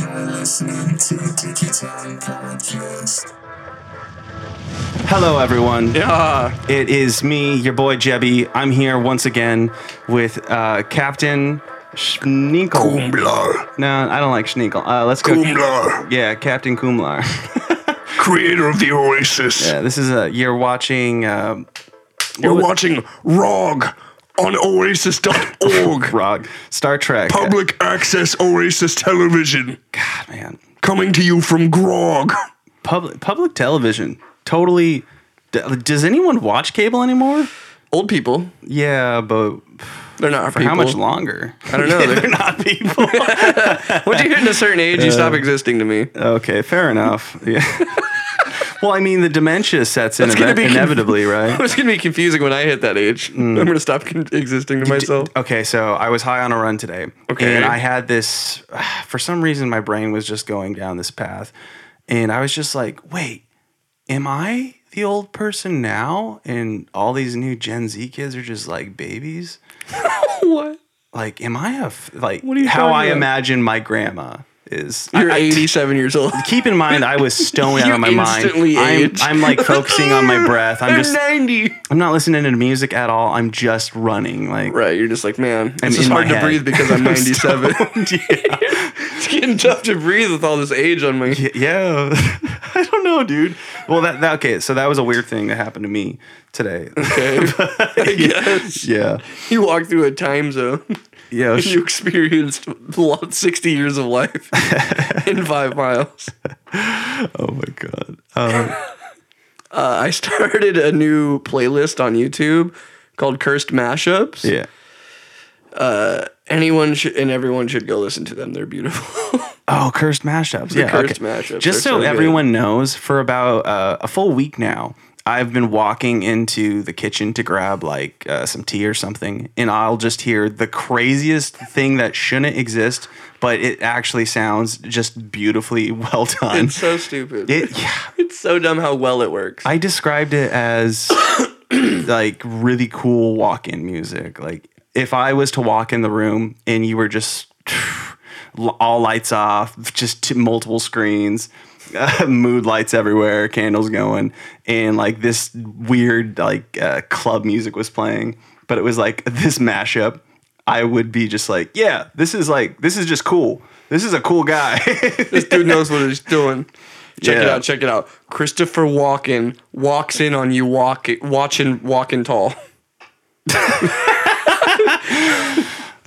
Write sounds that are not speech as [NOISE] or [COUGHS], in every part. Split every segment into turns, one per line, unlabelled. You're listening to Digitime Podcast.
Hello, everyone.
Yeah.
It is me, your boy Jebby. I'm here once again with uh, Captain Schneekle.
Kumlar,
No, I don't like Schneekle. Uh, let's go.
Kumlar,
Yeah, Captain Kumlar. [LAUGHS]
creator of the Oasis.
yeah, this is a you're watching. Uh,
You're watching ROG on
[LAUGHS]
oasis.org,
Rog Star Trek.
public access Oasis television,
God, man,
coming to you from Grog.
public public television. Totally. d- Does anyone watch cable anymore?
Old people.
Yeah, but
They're not
for
people.
how much longer?
I don't
[LAUGHS]
know.
They're
They're-
not
[LAUGHS]
people.
Once you hit a certain age,
Uh,
you stop existing to me.
Okay, fair enough. Yeah. [LAUGHS] well, I mean, the dementia sets in
That's gonna
ine-
be conf-
inevitably,
It
right?
was gonna be confusing when I hit that age.
Mm.
I'm gonna stop con- existing
[LAUGHS]
to myself.
Okay, so I was high on a run today.
Okay.
And I had this, [SIGHS] for some reason, my brain was just going down this path. And I was just like, wait, am I the old person now? And all these new Gen Z kids are just like babies?
What?
Like, am I a, f- like,
What are you
how
talking
I
about?
imagine my grandma is.
You're
I- I-
87 years old.
keep in mind I was stoned out
You
of my mind.
instantly
I'm,
aged.
I'm like focusing on my breath. I'm
[LAUGHS] You're
just
90.
I'm not listening to music at all. I'm just running. Like
Right. You're just like, man,
I'm
it's just
in my
hard to
head.
breathe because
[LAUGHS]
I'm
I'm
97. it's getting tough to breathe with all this age on my. [LAUGHS]
Y- yeah. [LAUGHS] I don't know, dude. Well, that, that okay. So that was a weird thing that happened to me
[LAUGHS]
today. [LAUGHS]
Okay. I guess.
yeah.
You walk through a time zone. [LAUGHS]
Yeah.
And you experienced the lo- 60 years of life in five miles.
[LAUGHS] Oh my god.
Uh, I started a new playlist on YouTube called Cursed Mashups.
Yeah.
Anyone should and everyone should go listen to them. They're beautiful. [LAUGHS]
Oh, cursed mashups. yeah,
cursed
okay.
mashups
Just
are
so,
so good.
everyone knows, for about uh, a full week now, I've been walking into the kitchen to grab like uh, some tea or something, and I'll just hear the craziest thing that shouldn't exist, but it actually sounds just beautifully [LAUGHS] well done.
it's so stupid.
It, yeah,
it's so dumb how well it works.
I described it as [COUGHS] like really cool walk-in music. Like if I was to walk in the room and you were just [SIGHS] all lights off, just t- multiple screens, [LAUGHS] uh, mood lights everywhere, candles going, and like this weird like uh, club music was playing, but it was like [LAUGHS] this mashup. I would be just like, yeah, this is like this is just cool. This is a cool guy. [LAUGHS]
this dude knows what he's doing. Check it
Yeah.
out. Check it out. Christopher Walken walks in on you walk watching walking tall.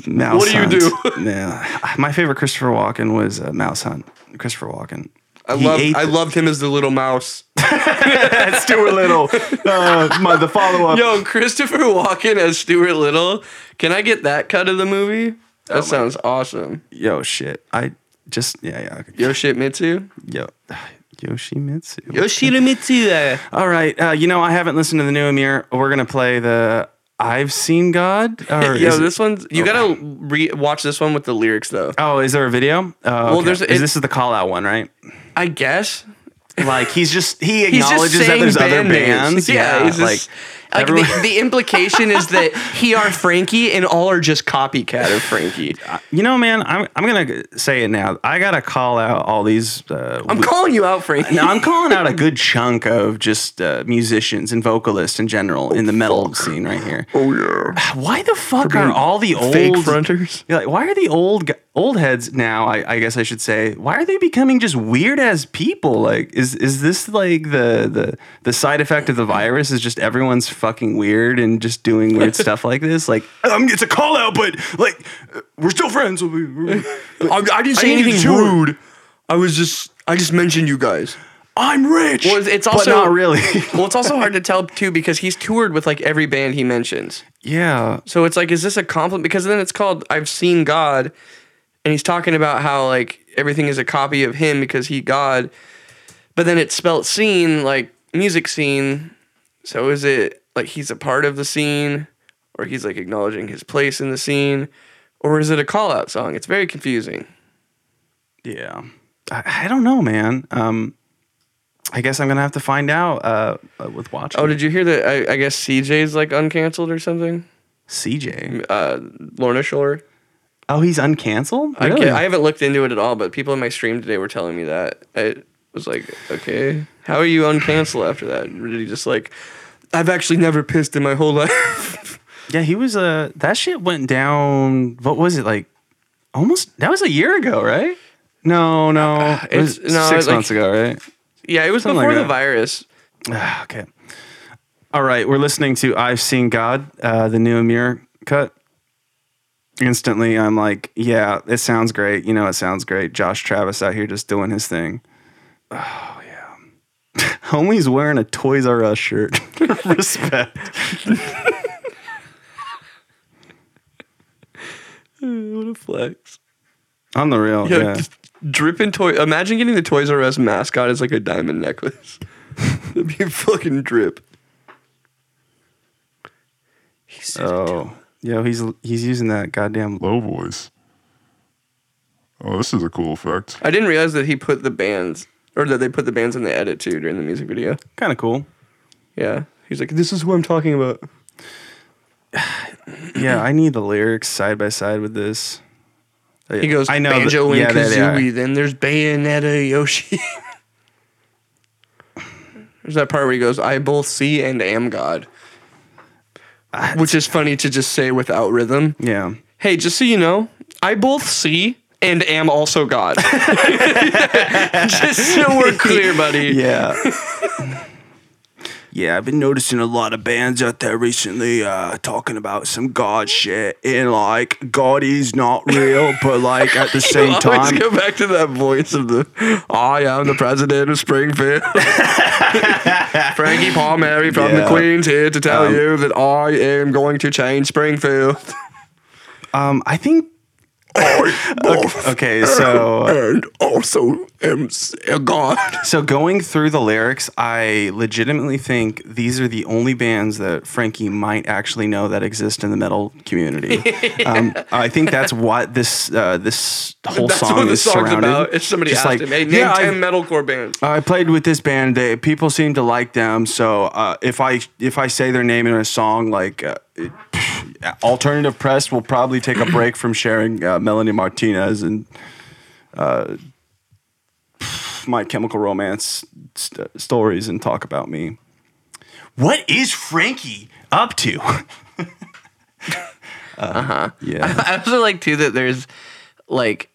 Mouse
What do you
Hunt. [LAUGHS] yeah. My favorite Christopher Walken was uh, Mouse Hunt. Christopher Walken.
I love.
[LAUGHS]
I loved him as the little mouse.
that Stuart Little.
[LAUGHS]
Uh, my, the follow up.
Yo, Christopher Walken as Stuart Little. Can I get that cut of the movie? That sounds awesome.
[LAUGHS] Yo, shit. I just yeah yeah okay.
Yoshimitsu.
yo [SIGHS] Yoshimitsu.
Yoshimitsu.
All right. Uh, you know I haven't listened to the new Amir. We're gonna play the I've Seen God.
[LAUGHS]
Or
Yo,
is it-
this one's you gotta re- watch this one with the lyrics though.
Oh, is there a video? Oh, well,
there's- it-
this is the call out one, right?
I guess
Like he's just he
[LAUGHS] he's just
acknowledges that
saying
there's other
band names.
bands.
Yeah, he's just- like,
everyone-
the, the implication is that he are Frankie and all are just copycat of Frankie.
You know, man, I'm, I'm gonna say it now. I gotta call out all these. Uh,
I'm calling you out, Frankie.
now I'm calling out a good chunk of just uh, musicians and vocalists in general in the metal scene right here.
Oh, yeah.
Why the fuck are all the old
fake fronters.
Yeah, like, why are the old gu- old heads now? I, I guess I should say. Why are they becoming just weird as people? Like, is is this like the the the side effect of the virus? Is just everyone's fucking weird and just doing [LAUGHS] weird stuff like this? Like, um, it's a call out, but like, uh, we're still friends. We- we-
I, I didn't
I
say
needed
anything
to.
rude. I was just I just mentioned you guys.
I'm rich.
Well, it's
but
also-
not
[LAUGHS]
really.
Well, it's also hard to tell too because he's toured with like every band he mentions.
yeah.
So it's like, is this a compliment? Because then it's called I've Seen God, and he's talking about how like everything is a copy of him because he God. But then it's spelt scene, like music scene. So is it like he's a part of the scene, or he's like acknowledging his place in the scene, or is it a call out song? It's very confusing.
Yeah. I, I don't know, man. Um, I guess I'm gonna have to find out uh, with watching.
Oh, did you hear that? I, I guess CJ's like uncanceled or something.
CJ?
Uh, Lorna Shore.
Oh, he's uncanceled.
I,
Really?
can't- I haven't looked into it at all, but people in my stream today were telling me that. I was like, okay, how are you uncancel after that? And Really, just like, I've actually never pissed in my whole [LAUGHS] life.
yeah, he was. Uh, that shit went down. What was it like? Almost. That was a year ago, right? No, no. it was
it's- no,
six
like-
months ago, right?
yeah, it was
Something like
before the
that. [SIGHS]
virus.
Ah, okay. All right, we're listening to "I've Seen God," uh, the new Amir cut. Instantly, I'm like, yeah, it sounds great. You know, it sounds great. Josh Travis out here just doing his thing. Oh yeah, [LAUGHS] homie's wearing a Toys R Us shirt. [LAUGHS] Respect.
What a flex.
On the real,
Yeah,
yeah.
just dripping toy. Imagine getting the Toys R Us mascot as like a diamond necklace. [LAUGHS] That'd be a fucking drip. He said it too.
Oh, yo, he's he's using that goddamn.
Low voice. Oh, this is a cool effect.
I didn't realize that he put the bands, or that they put the bands in the edit too during the music video.
Kind of cool.
Yeah, he's like, "This is who I'm talking about."
Yeah, I need the lyrics side by side with this.
He goes,
I know.
banjo
that-
and
yeah, they- they are.
kazooie. Then there's Bayonetta Yoshi. there's that part where he goes, "I both see and am God," which is funny to just say without rhythm.
Yeah.
Hey, just so you know, I both see and am also God. [LAUGHS] just so
[LAUGHS]
we're clear, buddy.
Yeah. [LAUGHS] yeah, I've been noticing a lot of bands out there recently uh, talking about some God shit and like God is not real, but like at the
[LAUGHS] You
same
always
time,
go back to that voice of the I am the president of
[LAUGHS]
Springfield. Frankie Palmieri from the
Yeah.
Queens here to tell
Um,
you that I am going to change Springfield. [LAUGHS]
um, I think.
Both.
Okay, so
And also am s- a god.
so going through the lyrics, I legitimately think these are the only bands that Frankie might actually know that exist in the metal
[LAUGHS]
community. um, I think that's what this uh,
[LAUGHS]
this whole
That's
song
what the
is
song's
surrounded.
about. It's somebody
Just
asked
like,
him, hey, name
yeah, I-
10 metalcore bands.
I played with this band. They people seem to like them. So uh, if I if I say their name in a song, like uh, it- alternative press will probably take a break from sharing uh, Melanie Martinez and uh, my Chemical Romance st- stories and talk about me. What is Frankie up to? [LAUGHS] uh
Uh-huh.
huh. Yeah.
[LAUGHS] I also like too that there's like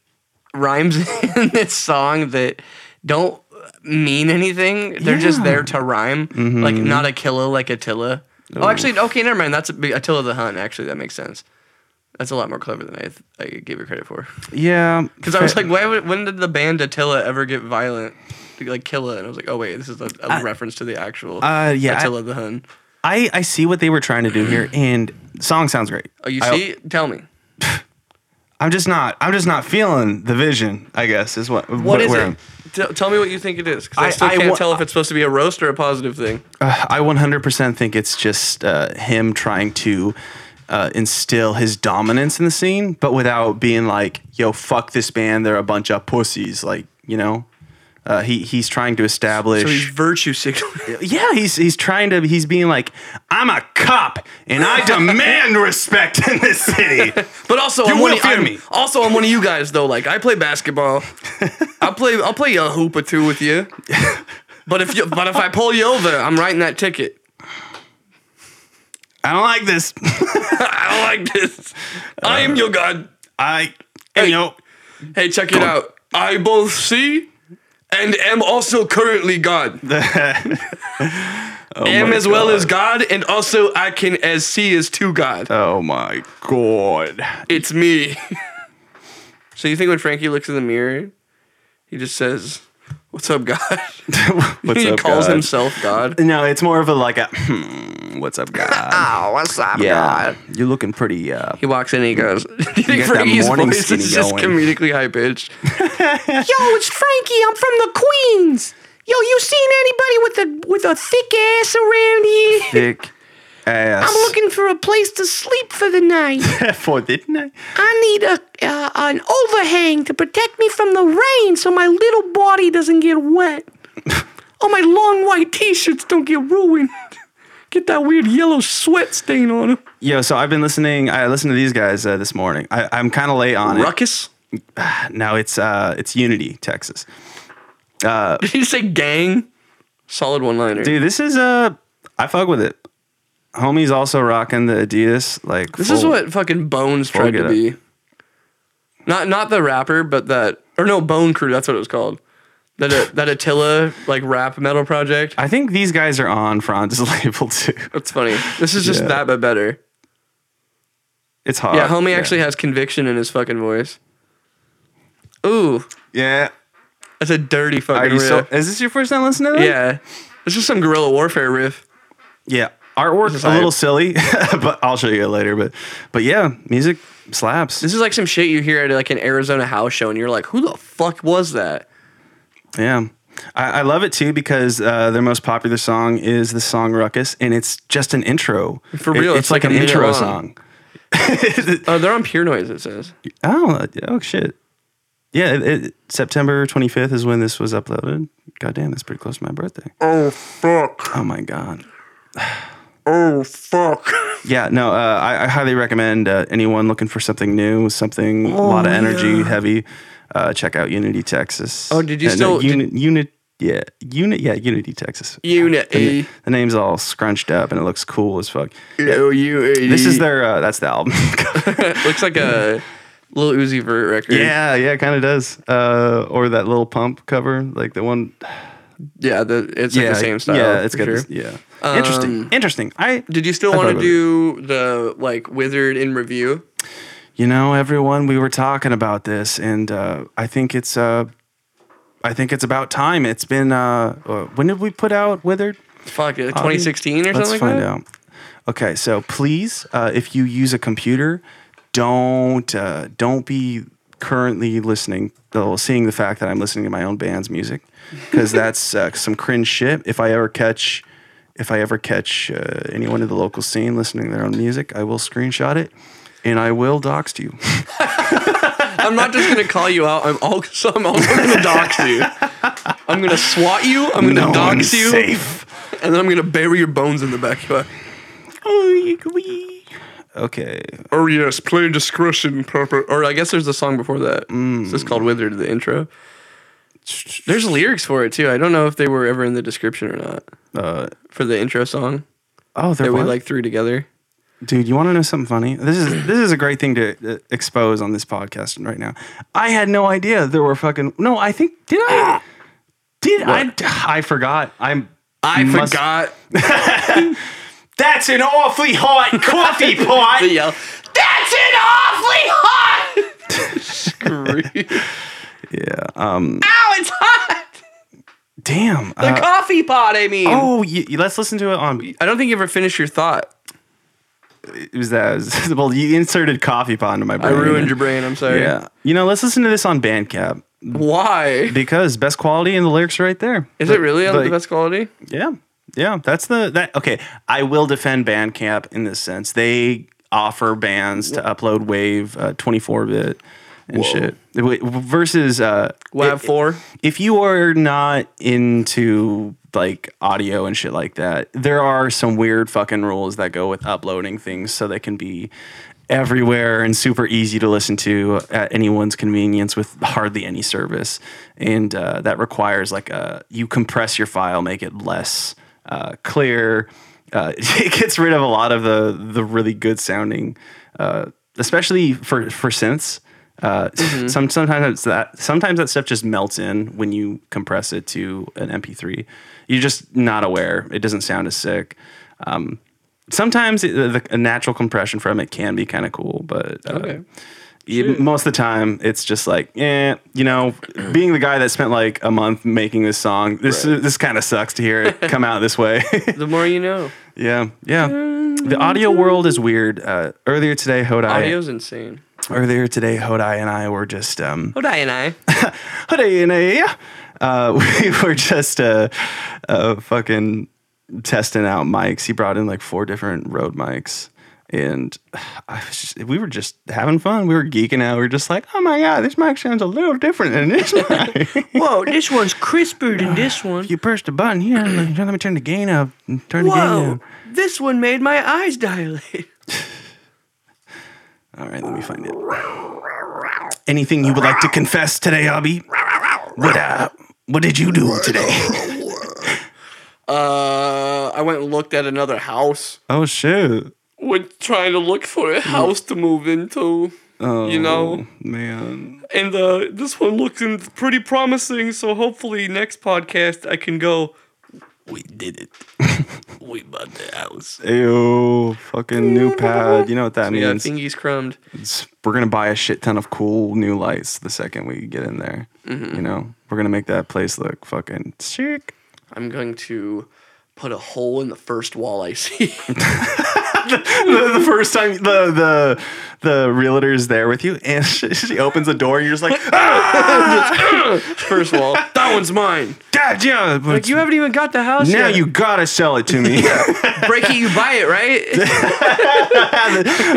rhymes [LAUGHS] in this song that don't mean anything. They're just
Yeah. Mm-hmm.
there to rhyme. Like not Aquila, like Attila. Oh, actually, okay, never mind. That's a big, Attila the Hun. Actually, that makes sense. That's a lot more clever than I th- I gave it credit for. [LAUGHS]
Yeah.
Because I was like, why? Would, when did the band Attila ever get violent? Like Killa, and I was like, oh wait, this is a, a reference to the actual
uh, yeah, I-
Attila the Hun.
I, I see what they were trying to do here, and the song sounds great.
Oh, you
I-
see? Tell me.
I'm just not. I'm just not feeling the vision. I guess is what.
What is it? T- tell me what you think it is. Because I,
I-
still
I
can't
wa-
tell if it's supposed to be a roast or a positive thing.
Uh, I 100% think it's just uh, him trying to uh, instill his dominance in the scene, but without being like, "Yo, fuck this band. They're a bunch of pussies." Like, you know, uh, he he's trying to establish.
So he's virtue signaling.
[LAUGHS] yeah, he's he's trying to. He's being like, "I'm a cop, and I demand respect in this city."
But also, I'm
will
one of,
fear
I'm-
me.
Also, I'm one of you guys though. Like I play basketball.
[LAUGHS]
I play. I'll play a hoop or two with you. But if you, but if I pull you over, I'm writing that ticket.
I don't like this.
I don't like this.
Uh,
I am your god.
I,
Hey.
you know,
Hey, check it out. I both see and am also
[LAUGHS]
currently God. am
Oh my
as well as God, and also I can as see as to God.
oh my god.
It's me. [LAUGHS] so you think when Frankie looks in the mirror, he just says, "What's up, God?"
[LAUGHS]
[LAUGHS]
What's
he
up,
calls
God?
himself God.
No, it's more of a like a hmm, what's up, God?
[LAUGHS] Oh, what's up,
yeah, you're looking pretty. Uh,
He walks in and he goes, [LAUGHS]
got
Frankie's
that morning
voice
skinny
is just
going.
comedically
[LAUGHS]
high pitched. Yo, it's Frankie. I'm from the Queens. Yo, you seen anybody with a with a thick ass
[LAUGHS]
around here?
thick ass.
for a place to sleep for the night.
[LAUGHS] for didn't I?
I need a uh, an overhang to protect me from the rain so my little body doesn't get
[LAUGHS]
wet. oh, my [LAUGHS] long white t-shirts don't get ruined. Get that weird yellow sweat stain on them.
Yo, so I've been listening. I listened to these guys uh, this morning. I, I'm kind of late on
Ruckus?
it. No, it's uh, it's Unity, Texas.
Did [LAUGHS] you say gang? Solid one liner.
uh, Dude, this is uh, I fuck with it. Homie's also rocking the Adidas. Like
This
full-
is what fucking Bones tried
get
to
it.
be. Not not the rapper, but that or no Bone Crew. That's what it was called. That uh, that Attila like rap
[LAUGHS]
metal project.
I think these guys are on Franz's [LAUGHS] label too.
That's funny. This is just
Yeah.
that, but better.
It's hard.
Yeah, homie actually has conviction in his fucking voice. Ooh,
Yeah.
that's a dirty
Are
fucking
you
riff.
so, is this your first time listening to them?
yeah, this is some guerrilla warfare riff.
Yeah. Artwork
is
a little
hype.
silly, [LAUGHS] but I'll show you it later. But but yeah, music slaps.
This is like some shit you hear at like an Arizona house show, and you're like, who the fuck was that?
Yeah. I, I love it too because uh, their most popular song is the song Ruckus, and it's just an intro.
For real,
It-
it's like a minute
intro
long.
song.
Oh, they're on Pure Noise. It says.
Oh, oh shit. Yeah, it, it, September 25th is when this was uploaded. God damn, that's pretty close to my birthday.
Oh, fuck.
Oh my
[SIGHS]
god.
Oh,
[LAUGHS]
fuck.
Yeah, no, uh, I, I highly recommend uh, anyone looking for something new, something
Oh,
a lot of energy, heavy. Uh, check out Unity Texas.
Oh, did you
Uh,
still-
Uni, Unit? Yeah, Unit. Yeah, Unity Texas. The,
Unity.
na- the name's all scrunched up and it looks cool as fuck.
O U A.
This [LAUGHS] is their. Uh, that's the album.
Looks like a little Uzi Vert record.
yeah, yeah, it kind of does. Uh, or that little pump cover, like the one.
yeah. The, it's like
yeah,
the same style.
Yeah, it's
for
good.
sure.
Yeah, interesting. Interesting. I
Um, Did you still
I
want
fuck
to
with
do the like Wizard in review?
you know everyone we were talking about this and uh, i think it's uh, i think it's about time it's been uh, uh, when did we put out withered
Fuck, uh, 2016 or
let's
something
find
like that.
out okay so please uh, if you use a computer don't uh, don't be currently listening though seeing the fact that i'm listening to my own band's music because that's uh, some cringe shit if i ever catch if i ever catch uh, anyone in the local scene listening to their own music i will screenshot it and i will dox
[LAUGHS]
you
I'm not just gonna call you out. I'm also I'm also gonna dox you. I'm gonna swat you. I'm gonna dox you, and then I'm gonna bury your bones in the backyard.
Okay.
Oh yes, play discretion proper. Or I guess there's a song before that. It's just called Withered. The intro. Mm. There's lyrics for it too. I don't know if they were ever in the description or not
Uh,
for the intro song
oh,
that
there
we
was.
like threw together.
Dude, you want to know something funny? This is this is a great thing to uh, expose on this podcast right now. I had no idea there were fucking. No, I think did I? Did I? I forgot. I'm.
I
must-
forgot
That's an awfully hot [LAUGHS] coffee pot.
the yell. [LAUGHS] That's an awfully hot. Scream.
Yeah. Um.
Ow, it's hot.
Damn.
The
Uh,
coffee pot. I mean.
oh, you, you- let's listen to it on.
I don't think you ever finished your thought.
It was that? it was- [LAUGHS] well, you inserted coffee pot into my
I
brain.
ruined your brain. I'm sorry.
Yeah. You know, let's listen to this on Bandcamp
Why?
because best quality and the lyrics are right there.
Is it really on the
Like-
best quality?
Yeah. Yeah. That's the that okay. I will defend Bandcamp in this sense. They offer bands to upload Wave uh, 24-bit and shit. W- Versus uh
WAV
it-
four.
if you are not into like audio and shit like that, there are some weird fucking rules that go with uploading things so they can be everywhere and super easy to listen to at anyone's convenience with hardly any service. And uh, that requires like a you compress your file, make it less uh, clear. Uh, [LAUGHS] it gets rid of a lot of the the really good sounding, uh, especially for for synths. Uh, some, sometimes it's that sometimes that stuff just melts in when you compress it to an MP3. You're just not aware. It doesn't sound as sick. Um, sometimes it, the, the natural compression from it can be kind of cool, but uh, you- most of the time it's just like, eh, you know, being the guy that spent like a month making this song, this this kind of sucks to hear it come out this way. [LAUGHS]
The more you [LAUGHS] know.
yeah, yeah. The audio world is weird. Uh, earlier today, Hodai.
Audio's insane.
Earlier today, Hodai and I were just um,
Oh, die and I.
Hooray, and, uh, yeah. Uh, [LAUGHS] we were just uh, uh, fucking testing out mics. He brought in like four different Rode mics, and [SIGHS] I was just, we were just having fun. We were geeking out. We were just like, oh my god, this mic sounds a little different than this [LAUGHS] mic.
[LAUGHS] Whoa, this one's crisper than this [SIGHS] one.
you push the button here. Let me turn the gain up. Turn the gain down.
this one made my eyes dilate.
All right, let me find it. Anything you would like to confess today, Abby? What uh, what did you do today?
[LAUGHS] Uh, I went and looked at another house. Mm.
Oh shit!
Went trying to look for a house to move into.
Oh,
You know?
man.
And uh, this one looks in- pretty promising, so hopefully next podcast I can go. We did [LAUGHS] it. we bought the house.
Ew, fucking new pad. You know what that
Yeah,
means?
thingy's crumbed.
It's- we're gonna buy a shit ton of cool new lights the second we get in there. You know, we're gonna make that place look fucking chic.
I'm going to put a hole in the first wall I see. [LAUGHS]
the, the first time the the the realtor is there with you, and [LAUGHS] she, she opens the door, and you're just [LAUGHS] like, ah,
first wall. That one's mine.
God, yeah. but
Like you haven't even got the house
now
yet. [LAUGHS]
you gotta sell it to me, [LAUGHS]
break it, you buy it, right?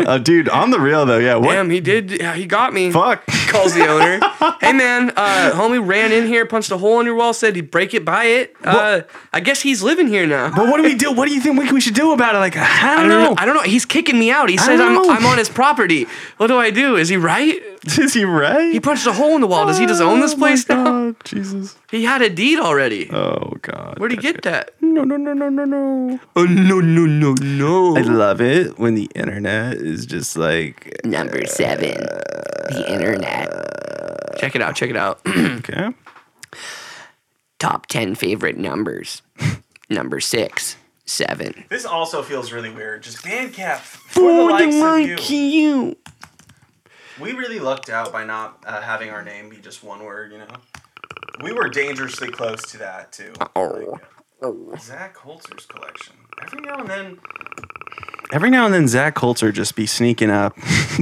uh, dude. On the real though, yeah. What
Damn, he did. yeah, He got me.
fuck?
Calls the owner. hey man, uh, homie ran in here, punched a hole in your wall, said he'd break it, buy it. Uh, I guess he's living here now.
[LAUGHS] But what do we do? What do you think we, we should do about it? Like, I
I
don't,
don't
know.
know. I don't know. He's kicking me out. He says
don't
I'm,
know.
I'm on his property. What do I do? Is he right?
[LAUGHS] Is he right? Oh
He punched a hole in the wall. Does he just own this place now?
Jesus.
He had a deed already.
Oh God.
Where'd he get that?
No, no, no, no, no, no.
Oh no no no no.
I love it when the internet is just like,
Number seven, the internet.
Check it out. Check
[LAUGHS]
it out.
okay.
Top 10 favorite numbers. [LAUGHS] Number six, seven.
This also feels really weird. Just Bandcamp for the likes of you. We really lucked out by not uh, having our name be just one word, you know. We were dangerously close to that too.
Oh.
Zach Holzer's collection. Every now and then,
Every now and then, Zach Coulter just be sneaking up [LAUGHS]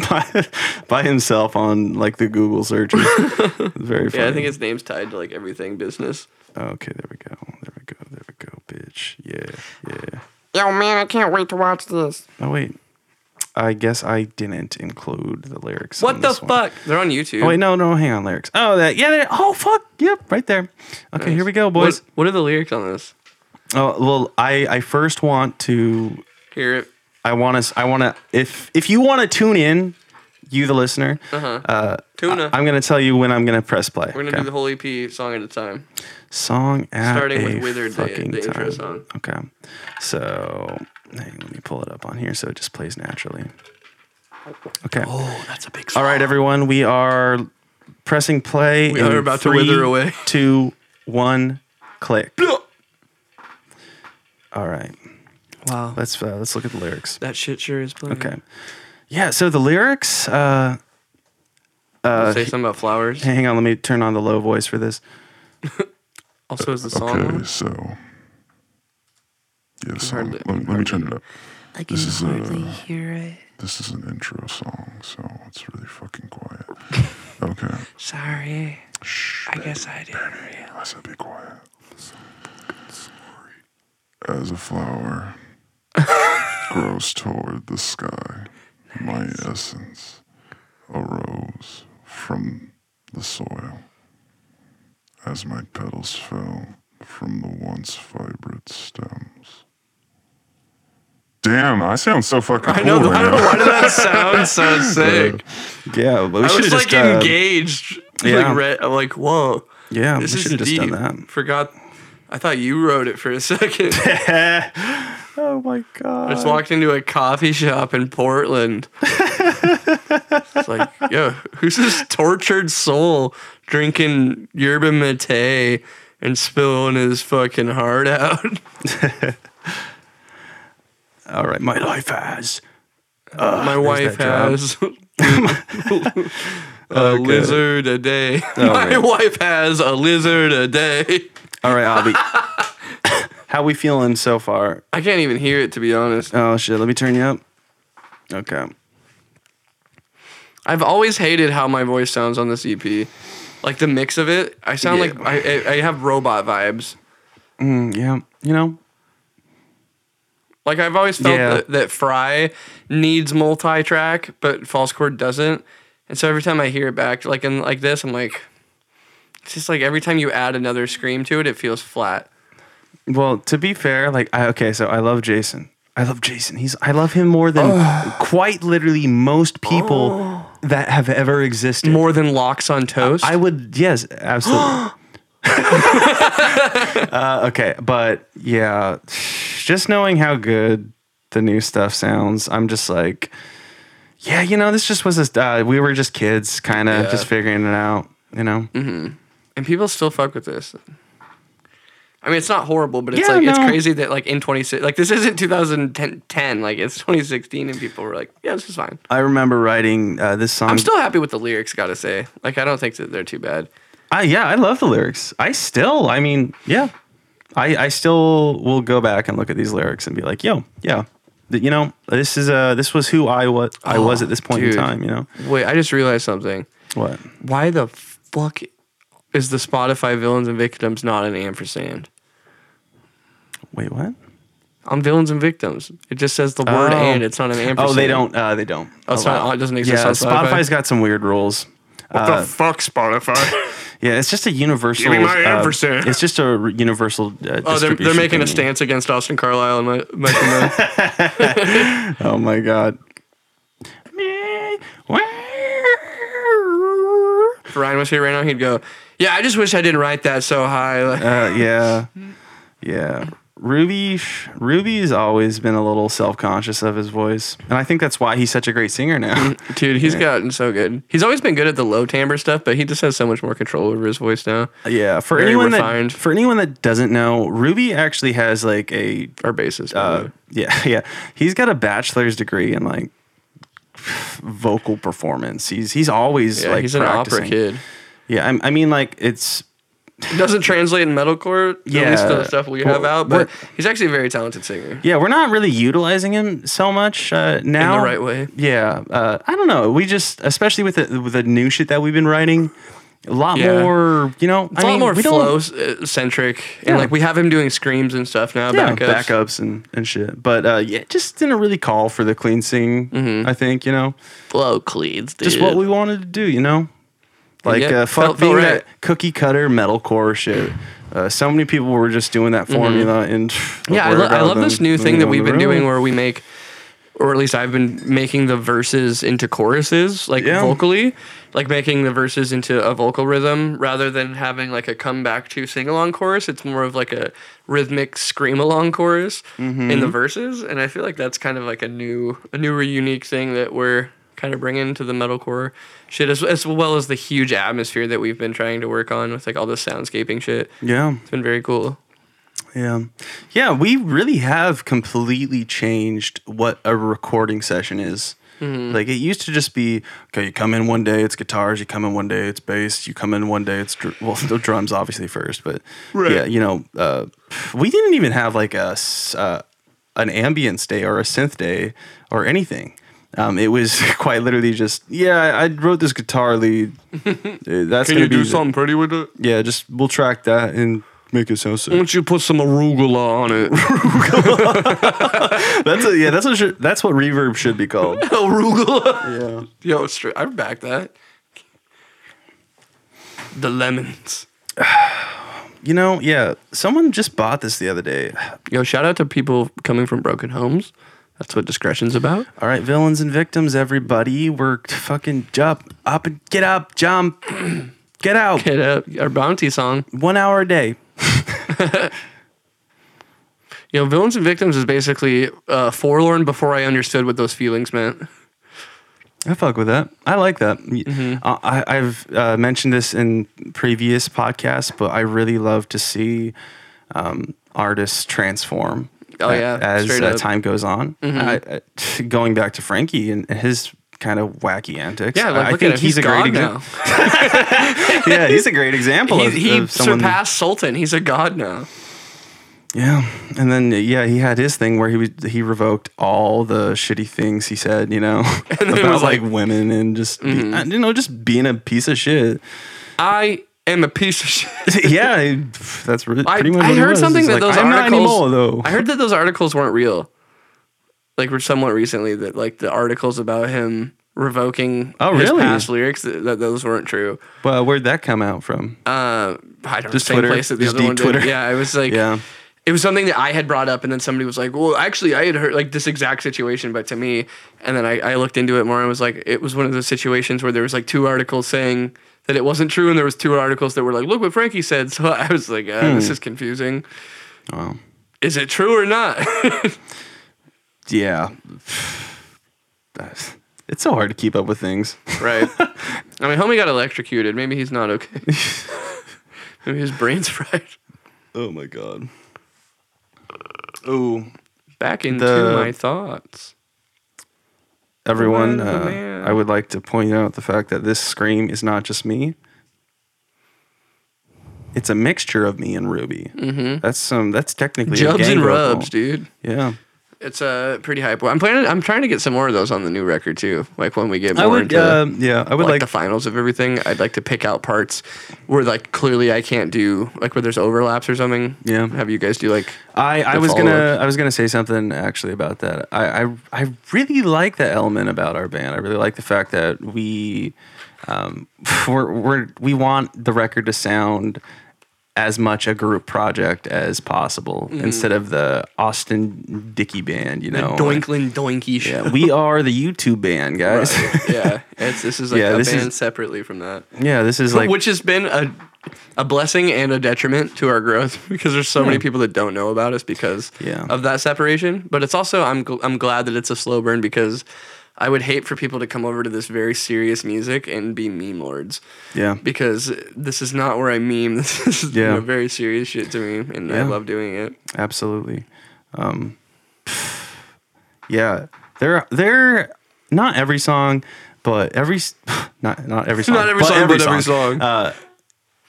by, by himself on like the Google search. It's [LAUGHS] Very funny.
yeah, I think his name's tied to like everything business.
okay. There we go. There we go. There we go. Bitch. Yeah. Yeah.
Yo, man, I can't wait to watch this.
Oh wait. I guess I didn't include the lyrics. on
What the
this one.
fuck? They're on YouTube.
Oh wait, no, no. Hang on, lyrics. Oh that. Yeah. There, oh fuck. Yep. Right there. Okay. Here we go, boys.
What, what are the lyrics on this?
Oh well, I I first want to
Hear it.
I want to. I want to. If if you want to tune in, you the listener,
Uh-huh. Tuna.
I'm gonna tell you when I'm gonna press play.
We're gonna do the whole EP song at a time.
song at
starting
a
with Withered, the-
fucking
the intro
time.
song.
Okay, so hey, let me pull it up on here so it just plays naturally. Okay.
Oh, that's a big
All right, everyone. We are pressing play. We
are about to wither away.
[LAUGHS] Two, one, click. All right.
Wow.
Let's uh, let's look at the lyrics.
That shit sure is playing.
Okay. Yeah, so the lyrics, uh,
Say something about flowers.
hang on, let me turn on the low voice for this.
Also, is the song
Okay,
on?
so yeah, the song.
hardly-
Let, me- let me turn it up.
I can
This is
hardly
a
hear it.
this is an intro song, so it's really fucking quiet. [LAUGHS] Okay,
Sorry.
Shh,
I guess I didn't.
I said be quiet. As a flower
[LAUGHS]
grows toward the sky, my essence arose from the soil. As my petals fell from the once vibrant stems. Damn, I sound so fucking cool right now.
Why did that
[LAUGHS]
sound so sick?
Yeah, but we
I
should
was
have
like
just uh,
engaged.
yeah.
Like, re- I'm like, whoa.
Yeah, Um,
This
we
is
should have just
deep.
done
Forgot. I thought you wrote it for a [LAUGHS] second. I
that. oh my god.
just walked into a coffee shop in Portland. it's like, yo, who's this tortured soul drinking yerba mate and spilling his fucking heart out? [LAUGHS]
All right, my life has. Ah,
My wife
drum.
has
[LAUGHS]
a lizard a day. [LAUGHS] My
Oh, man.
wife has a lizard a day.
All right,
[LAUGHS]
Abby. How we feeling so far?
I can't even hear it to be honest.
Oh shit, let me turn you up. Okay.
I've always hated how my voice sounds on this EP. Like the mix of it, I sound
Yeah.
like I, I, I have robot vibes.
Mm, yeah, you know.
Like I've always felt
Yeah.
that, that Fry needs multi-track, but False Chord doesn't. And so every time I hear it back, like in like this, I'm like, it's just like every time you add another scream to it, it feels flat.
Well, to be fair, like I okay, so I love Jason. I love Jason. He's I love him more than quite literally most people that have ever existed.
More than locks on toast.
I would yes, [GASPS] absolutely. [LAUGHS] uh, okay, but yeah, just knowing how good the new stuff sounds, I'm just like, yeah, you know, this just was a uh, we were just kids, kind of just figuring it out, you know.
Mm-hmm. and people still fuck with this. I mean, it's not horrible, but it's
Yeah,
like it's
no.
crazy that like in 26, like this isn't 2010, like it's 2016, and people were like, yeah, this is fine.
I remember writing uh, this song.
I'm still happy with the lyrics, gotta say. Like I don't think that they're too bad.
I, yeah, I love the lyrics. I still, I mean, yeah, I, I still will go back and look at these lyrics and be like, yo, yeah, th- you know, this is uh, this was who I was. I was at this point
Oh, dude.
in time. You know
Wait, I just realized something.
what?
Why the fuck is the Spotify villains and victims not an ampersand?
Wait, what?
On villains and victims, it just says the word
Oh.
and. It's not an ampersand.
Oh, they don't. Uh, they don't.
Oh, it's not-
allow-
oh, it doesn't exist
Yeah,
on Spotify?
Spotify's got some weird rules.
What
Uh,
the fuck,
[LAUGHS]
Spotify?
Yeah, it's just a universal.
Give me my
uh,
ampersand.
it's just a r- universal. Uh,
oh, they're, they're
distribution
making a
thingy.
stance against Austin Carlisle and Mi- Michael Miller.
[LAUGHS] Oh my god.
if Ryan was here right now, he'd go, "Yeah, I just wish I didn't write that so high." Like,
Uh, yeah, yeah. Ruby, Ruby's always been a little self-conscious of his voice, and I think that's why he's such a great singer now.
Dude, he's gotten so good. He's always been good at the low timbre stuff, but he just has so much more control over his voice now.
yeah, [LAUGHS] for
Very
anyone
refined.
that for anyone that doesn't know, Ruby actually has like a
Our bassist.
uh,
Uh,
yeah, [LAUGHS] yeah. He's got a bachelor's degree in like vocal performance. He's he's always
yeah,
like
he's an opera
practicing.
kid.
Yeah, I, I mean like it's
It doesn't translate in metalcore, at
Yeah.
least to the stuff we have
Well,
out, but
what-
he's actually a very talented singer.
yeah, we're not really utilizing him so much uh, now.
right way.
Yeah, uh, I don't know. We just, especially with the, with the new shit that we've been writing, a lot
Yeah.
more. You know,
It's
I
a lot
mean,
more
we don't-
flow uh, centric, and
Yeah.
like we have him doing screams and stuff now.
Yeah,
backups.
backups and, and shit. But uh, yeah, it just didn't really call for the clean singing,
Mm-hmm.
I think, you know?
flow cleans, dude.
just what we wanted to do, you know? Like
Yeah,
uh, fuck
felt- felt
being
right.
that cookie cutter metalcore shit. Uh, so many people were just doing that formula, and
Mm-hmm.
[SIGHS]
yeah, I,
we're
lo- I
about
love
them
this new thing
moving
that
on
we've
the
been
road.
doing where we make, or at least I've been making the verses into choruses, like
Yeah.
vocally, like making the verses into a vocal rhythm rather than having like a comeback to sing along chorus. It's more of like a rhythmic scream along chorus in
Mm-hmm.
the verses, and I feel like that's kind of like a new, a new or unique thing that we're kind of bringing to the metalcore shit as, as well as the huge atmosphere that we've been trying to work on with like all this soundscaping shit.
yeah,
It's been very cool.
yeah, yeah. We really have completely changed what a recording session is. Like it used to just be okay. You come in one day, it's guitars. You come in one day, it's bass. You come in one day, it's dr- well, [LAUGHS] the drums obviously first, but yeah, you know, uh, we didn't even have like a s- uh, an ambience day or a synth day or anything. Um, it was [LAUGHS] quite literally just yeah. I wrote this guitar lead. Uh, That's gonna be the-
pretty with it?
Yeah, just we'll track that and make it sound sick.
Why don't you put some arugula on it?
That's a, yeah. That's what should, that's what reverb should be called.
[LAUGHS] arugula. Yeah. Yo, straight. I back that. The lemons.
You know, yeah. Someone just bought this the other day.
Yo, shout out to people coming from broken homes. That's what discretion's about.
All right, villains and victims, everybody, we're fucking jump up and get up, jump, [CLEARS THROAT] get out.
Hit up our bounty song.
One hour a day.
You know, villains and victims is basically uh, forlorn before I understood what those feelings meant.
I fuck with that. I like that.
Mm-hmm.
I, I- I've uh, mentioned this in previous podcasts, but I really love to see um, artists transform.
Oh,
a-
yeah,
as
straight
uh,
up. Mm-hmm.
time goes on. I, I, [LAUGHS] going back to Frankie and and his kind of wacky antics.
Yeah, like,
I, I
look
think
at him.
he's, a great
God
example.
now.
[LAUGHS] yeah, he's a
[LAUGHS]
great example.
He,
of,
he
of someone-
surpassed Sultan. He's a god now.
Yeah, and then uh, yeah, he had his thing where he was, he revoked all the shitty things he said, you
[LAUGHS]
know, [LAUGHS]
it
about
was Mm-hmm.
like, women and just be- uh, you know just being a piece of shit.
I am a piece of
[LAUGHS]
shit.
yeah, I- that's really,
I,
pretty much.
I
what it
heard
was.
something
It's
that
like,
those
I'm
articles.
not anymore though.
I heard that those articles weren't real. Like were somewhat recently that like the articles about him revoking
Oh,
his
really?
past lylyrics that, that those weren't true.
well, where'd that come out from?
Uh, I don't know,
Just
same
Twitter?
place that the
Just
other
deep
one did.
Twitter?
Yeah, it was like
yeah,
it was something that I had brought up, and then somebody was like, "Well, actually, I had heard like this exact situation, but to me." And then I, I looked into it more and was like, "It was one of those situations where there was like two articles saying that it wasn't true, and there was two articles that were like, look what Frankie said." [LAUGHS] So I was like, uh,
Hmm.
"This is confusing.
Well,
Is it true or
[LAUGHS]
not?"
yeah. That's- It's so hard to keep up with things. [LAUGHS]
right. I mean, homie got electrocuted. Maybe he's
[LAUGHS]
not okay. Maybe his brain's [LAUGHS] fried.
Oh my god. Oh,
Back into
The-
my thoughts.
everyone!
Man, oh,
Uh,
man.
I would like to point out the fact that this scream is not just me. It's a mixture of me and Ruby. Mm-hmm. That's some. That's technically a
Jubs
gang
and
vocal.
rubs, dude.
Yeah,
It's uh, pretty hype. I'm planning. I'm trying to get some more of those on the new record too. Like when we get more
I would.
into
Uh, yeah, I would
like,
like.
the finals of everything, I'd like to pick out parts where like clearly I can't do like where there's overlaps or something.
Yeah.
Have you guys do like?
I, I
the
was gonna
follow-ups.
I was gonna say something actually about that. I, I I really like that element about our band. I really like the fact that we um, [LAUGHS] we're, we're we want the record to sound as much a group project as possible instead of the Austin Dickey band. You know,
Doinklin Doinky show.
Yeah, we are the YouTube band, guys.
[LAUGHS] yeah. It's this is like
Yeah,
a
this
band
is-
separately from that,
[LAUGHS] yeah, this is like
which has been a a blessing and a detriment to our growth [LAUGHS] because there's so many people that don't know about us because
Yeah.
of that separation. But it's also I'm gl- I'm glad that it's a slow burn because. I would hate for people to come over to this very serious music and be meme lords.
yeah.
because this is not where I meme. [LAUGHS] This is you
Yeah.
know, very serious shit to me, and I
Yeah.
love doing it.
Absolutely. Um, yeah, they're they're not every song, but every s- [SIGHS] not not every song,
Not every song, but every song.
Uh,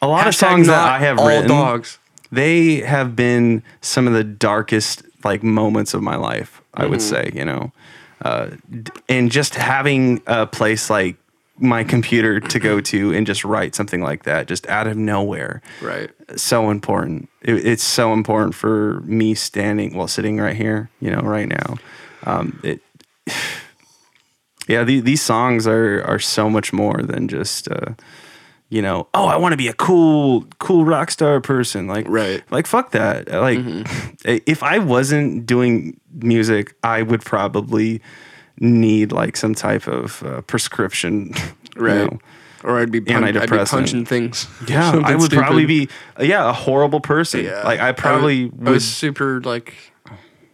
a lot of
Hashtag
songs that
not
I have
all
written,
dogs.
they have been some of the darkest like moments of my life. I would
Mm-hmm.
say, you know, uh, d- and just having a place like my computer to go to and just write something like that, just out of nowhere,
Right.
so important. It, it's so important for me standing, well, sitting right here, you know, right now. Um, it, [SIGHS] yeah, the, these songs are are so much more than just, uh, you know, oh, I want to be a cool, cool rock star person. Like,
Right. Mm-hmm.
Like, fuck that. Like, [LAUGHS] i- if I wasn't doing music, I would probably need like some type of uh, prescription, [LAUGHS] you
Right.
know.
Or I'd be, pun- I'd be
Antidepressant.
punching things. [LAUGHS]
Yeah,
Something
I would
stupid.
probably be yeah a horrible person.
Yeah.
Like I
I
probably
was,
would.
I was super like,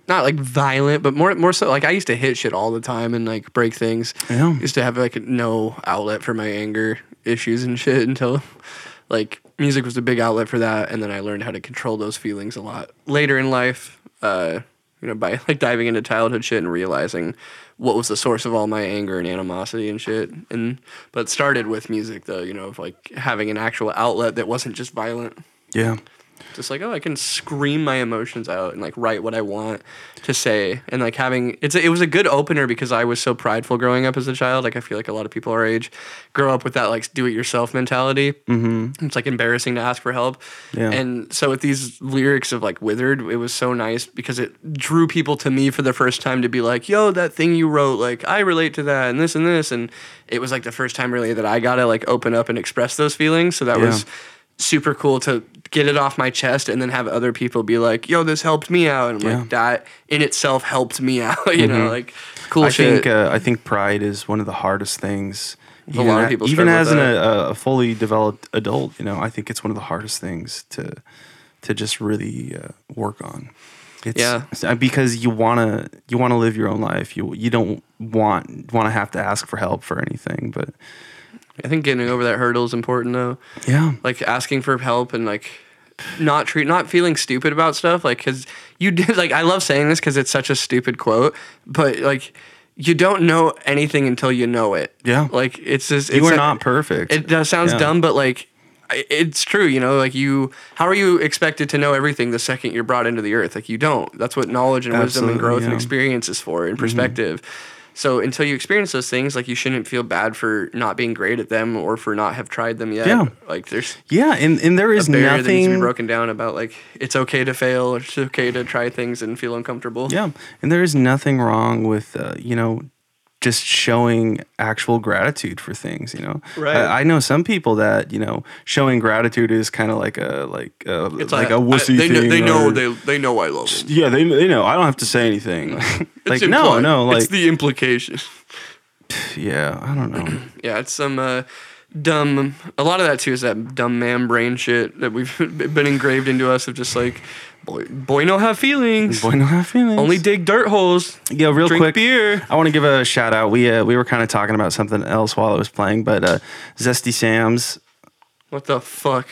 not like violent, but more more so like I used to hit shit all the time and like break things.
Yeah.
Used to have like no outlet for my anger issues and shit until like music was a big outlet for that, and then I learned how to control those feelings a lot later in life. Uh, you know, by [LAUGHS] like diving into childhood shit and realizing what was the source of all my anger and animosity and shit. And but it started with music though, you know, of like having an actual outlet that wasn't just violent
yeah,
just like oh i can scream my emotions out and like write what i want to say and like having it's it was a good opener because i was so prideful growing up as a child like i feel like a lot of people our age grow up with that like do it yourself mentality mm-hmm. it's like embarrassing to ask for help
Yeah.
and so with these lyrics of like withered it was so nice because it drew people to me for the first time to be like yo that thing you wrote like i relate to that and this and this and it was like the first time really that i got to like open up and express those feelings so that
Yeah.
was super cool to get it off my chest and then have other people be like, "Yo, this helped me out," and I'm like that in itself helped me [LAUGHS] out. You know, like cool
Mm-hmm. I
shit.
think uh, I think pride is one of the hardest things.
A lot of people
even
struggle
as
with
an, uh,
that.
a, a fully developed adult, you know, I think it's one of the hardest things to to just really uh, work on. It's,
Yeah.
it's, uh, because you wanna you wanna live your own life. You you don't want want to have to ask for help for anything. But
I think getting over that hurdle is important though.
yeah,
Like asking for help and like not treat not feeling stupid about stuff like cuz you [LAUGHS] did like I love saying this cuz it's such a stupid quote, but like you don't know anything until you know it.
Yeah.
Like it's just
you
it's
are
a-
not perfect.
It does, sounds
Yeah.
dumb, but like I- it's true. You know, like you, how are you expected to know everything the second you're brought into the earth? Like you don't. That's what knowledge and wisdom and
Absolutely,
growth
growth and
yeah. Mm-hmm.
experience is for, and perspective. So until you experience those things, like you shouldn't feel bad for not being great at them or for not have tried them yet.
Yeah.
Like there's
yeah, and and there is
barrier that needs to be
nothing.
broken down about like it's okay to fail or it's okay to try things and feel uncomfortable.
Yeah, and there is nothing wrong with uh, you know just showing actual gratitude for things, you know.
Right.
I, I know some people that you know showing gratitude is kind of like a like a, like, a wussy
they
thing.
Know, they know
or-
they they know I love them.
yeah, they, they know. I don't have to say anything. [LAUGHS] like
[LAUGHS] It's
no,
implied.
no, like
it's the implication.
yeah, I don't know. [CLEARS THROAT]
Yeah, it's some uh, dumb. A lot of that too is that dumb man brain shit that we've [LAUGHS] been engraved into us of just like, boy, boy, no have feelings.
Boy, no, have feelings.
Only dig dirt holes.
Yeah, real
Drink
quick.
beer.
I want to give a shout out. We uh, we were kind of talking about something else while I was playing, but uh, Zesty Sam's.
What the fuck?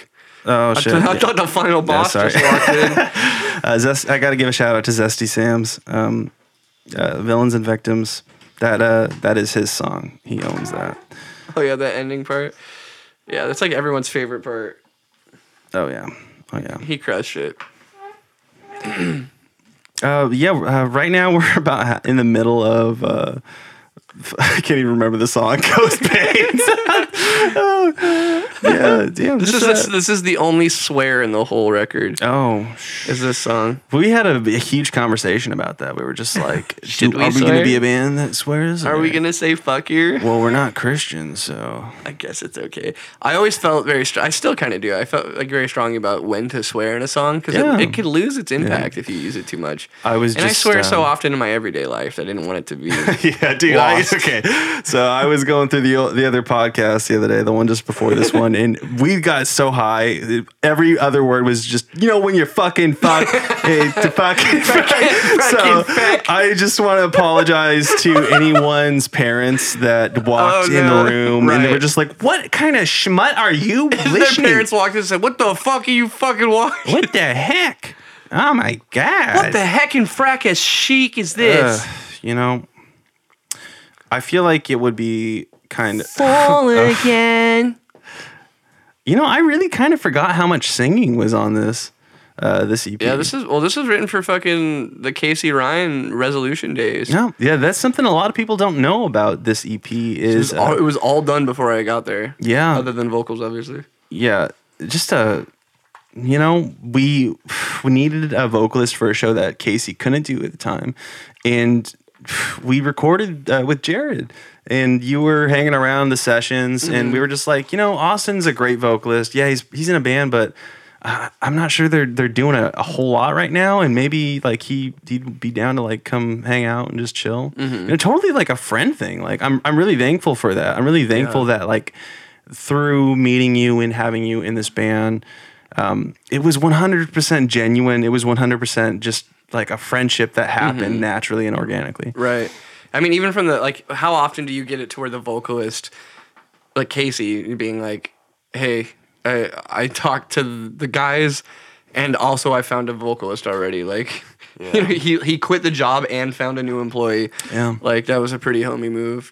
Oh
I
shit!
thought- I thought the final boss
sorry.
just walked
[LAUGHS]
in.
Uh, Zest, I got to give a shout out to Zesty Sam's. Um, uh, Villains and Victims. That uh, that is his song. He owns that.
Oh yeah, that ending part. Yeah, that's like everyone's favorite part.
Oh yeah. Oh yeah.
He crushed it.
Uh, yeah. Uh, right now [LAUGHS] we're about ha- in the middle of. Uh, [LAUGHS] f- I can't even remember the song. [LAUGHS] Ghost Pains. [LAUGHS] yeah. Damn.
This is
just,
this,
uh,
this is the only swear in the whole record.
Oh shit.
Is this song?
We had a, a huge conversation about that. We were
[LAUGHS]
just like,
Should
do-
we
are we going
swear?
to be a band that swears?
Are
or-
we gonna say fuck here?
Well, we're not Christians, so
I guess it's okay. I always felt very, str- I still kind of do. I felt like very strong about when to swear in a song because
Yeah.
it, it could lose its impact if you use it too much.
I was
and
just,
I swear so
um,
often in my everyday life. I didn't want it
[LAUGHS]
to be.
yeah, dude. I-
Lost.
okay, so I was going through the o- the other podcast the other day, the one just before
[LAUGHS]
this one, and we got so high. Every other word was just you know when you're fucking
[LAUGHS]
fuck hey, to [LAUGHS] fucking fuck. So I just want to apologize to anyone's parents that walked
[LAUGHS] Oh,
in
no.
the room and they
Right.
were just like, "What kind of schmutt are you
[LAUGHS] Their
listening
parents walked in and said, "What the fuck are you fucking watching?
What the heck? Oh my god.
[LAUGHS] What the heck in fracas chic is
Ugh,
this?"
you know, I feel like it would be kind
[LAUGHS]
of
Fall again.
You know, I really kind of forgot how much singing was on this uh this EP.
yeah, this is well. This was written for fucking the Casey Ryan Resolution days.
No, yeah, that's something a lot of people don't know about this EP
it
is
was, all,
uh,
it was all done before I got there.
yeah.
Other than vocals, obviously.
yeah, just a you know, we we needed a vocalist for a show that Casey couldn't do at the time, and we recorded uh, with Jared. And you were hanging around the sessions, and we were just like, you know, Austin's a great vocalist. Yeah, he's he's in a band, but uh, I'm not sure they're they're doing a, a whole lot right now. And maybe like he he'd be down to like come hang out and just chill. You know, totally like a friend thing. Like I'm I'm really thankful for that. I'm really thankful that like through meeting you and having you in this band. Um, it was 100% genuine. It was 100% just like a friendship that happened naturally and organically.
Right. I mean, even from the like, how often do you get it to where the vocalist, like Casey, being like, "Hey, I I talked to the guys, and also I found a vocalist already." Like, [LAUGHS] you know, he he quit the job and found a new employee.
Yeah.
Like that was a pretty homie move.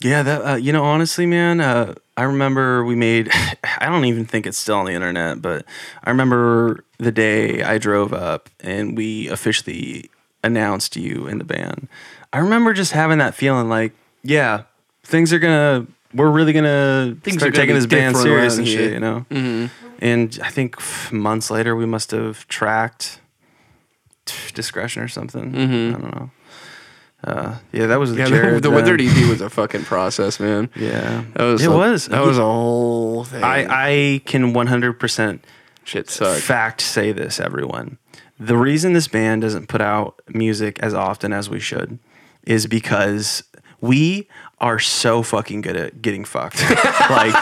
Yeah, that uh, you know, honestly, man, uh, I remember we made. [LAUGHS] I don't even think it's still on the internet, but I remember the day I drove up and we officially announced you in the band. I remember just having that feeling, like, yeah, things are gonna. We're really gonna
Things are
start
gonna
taking
be
this band
different
serious
around
and
here. Mm-hmm.
shit, you know. And I think pff, months later, we must have tracked pff, discretion or something. I don't know. Uh, yeah, that was
Mm-hmm. Yeah, [LAUGHS]
Jared,
the,
then.
the Withered EP was a fucking process, man.
Yeah,
That was
it
a,
was.
that was a whole thing.
I I can 100%
shit sucked.
fact say this, everyone. The reason this band doesn't put out music as often as we should is because we are so fucking good at getting
[LAUGHS]
fucked. like.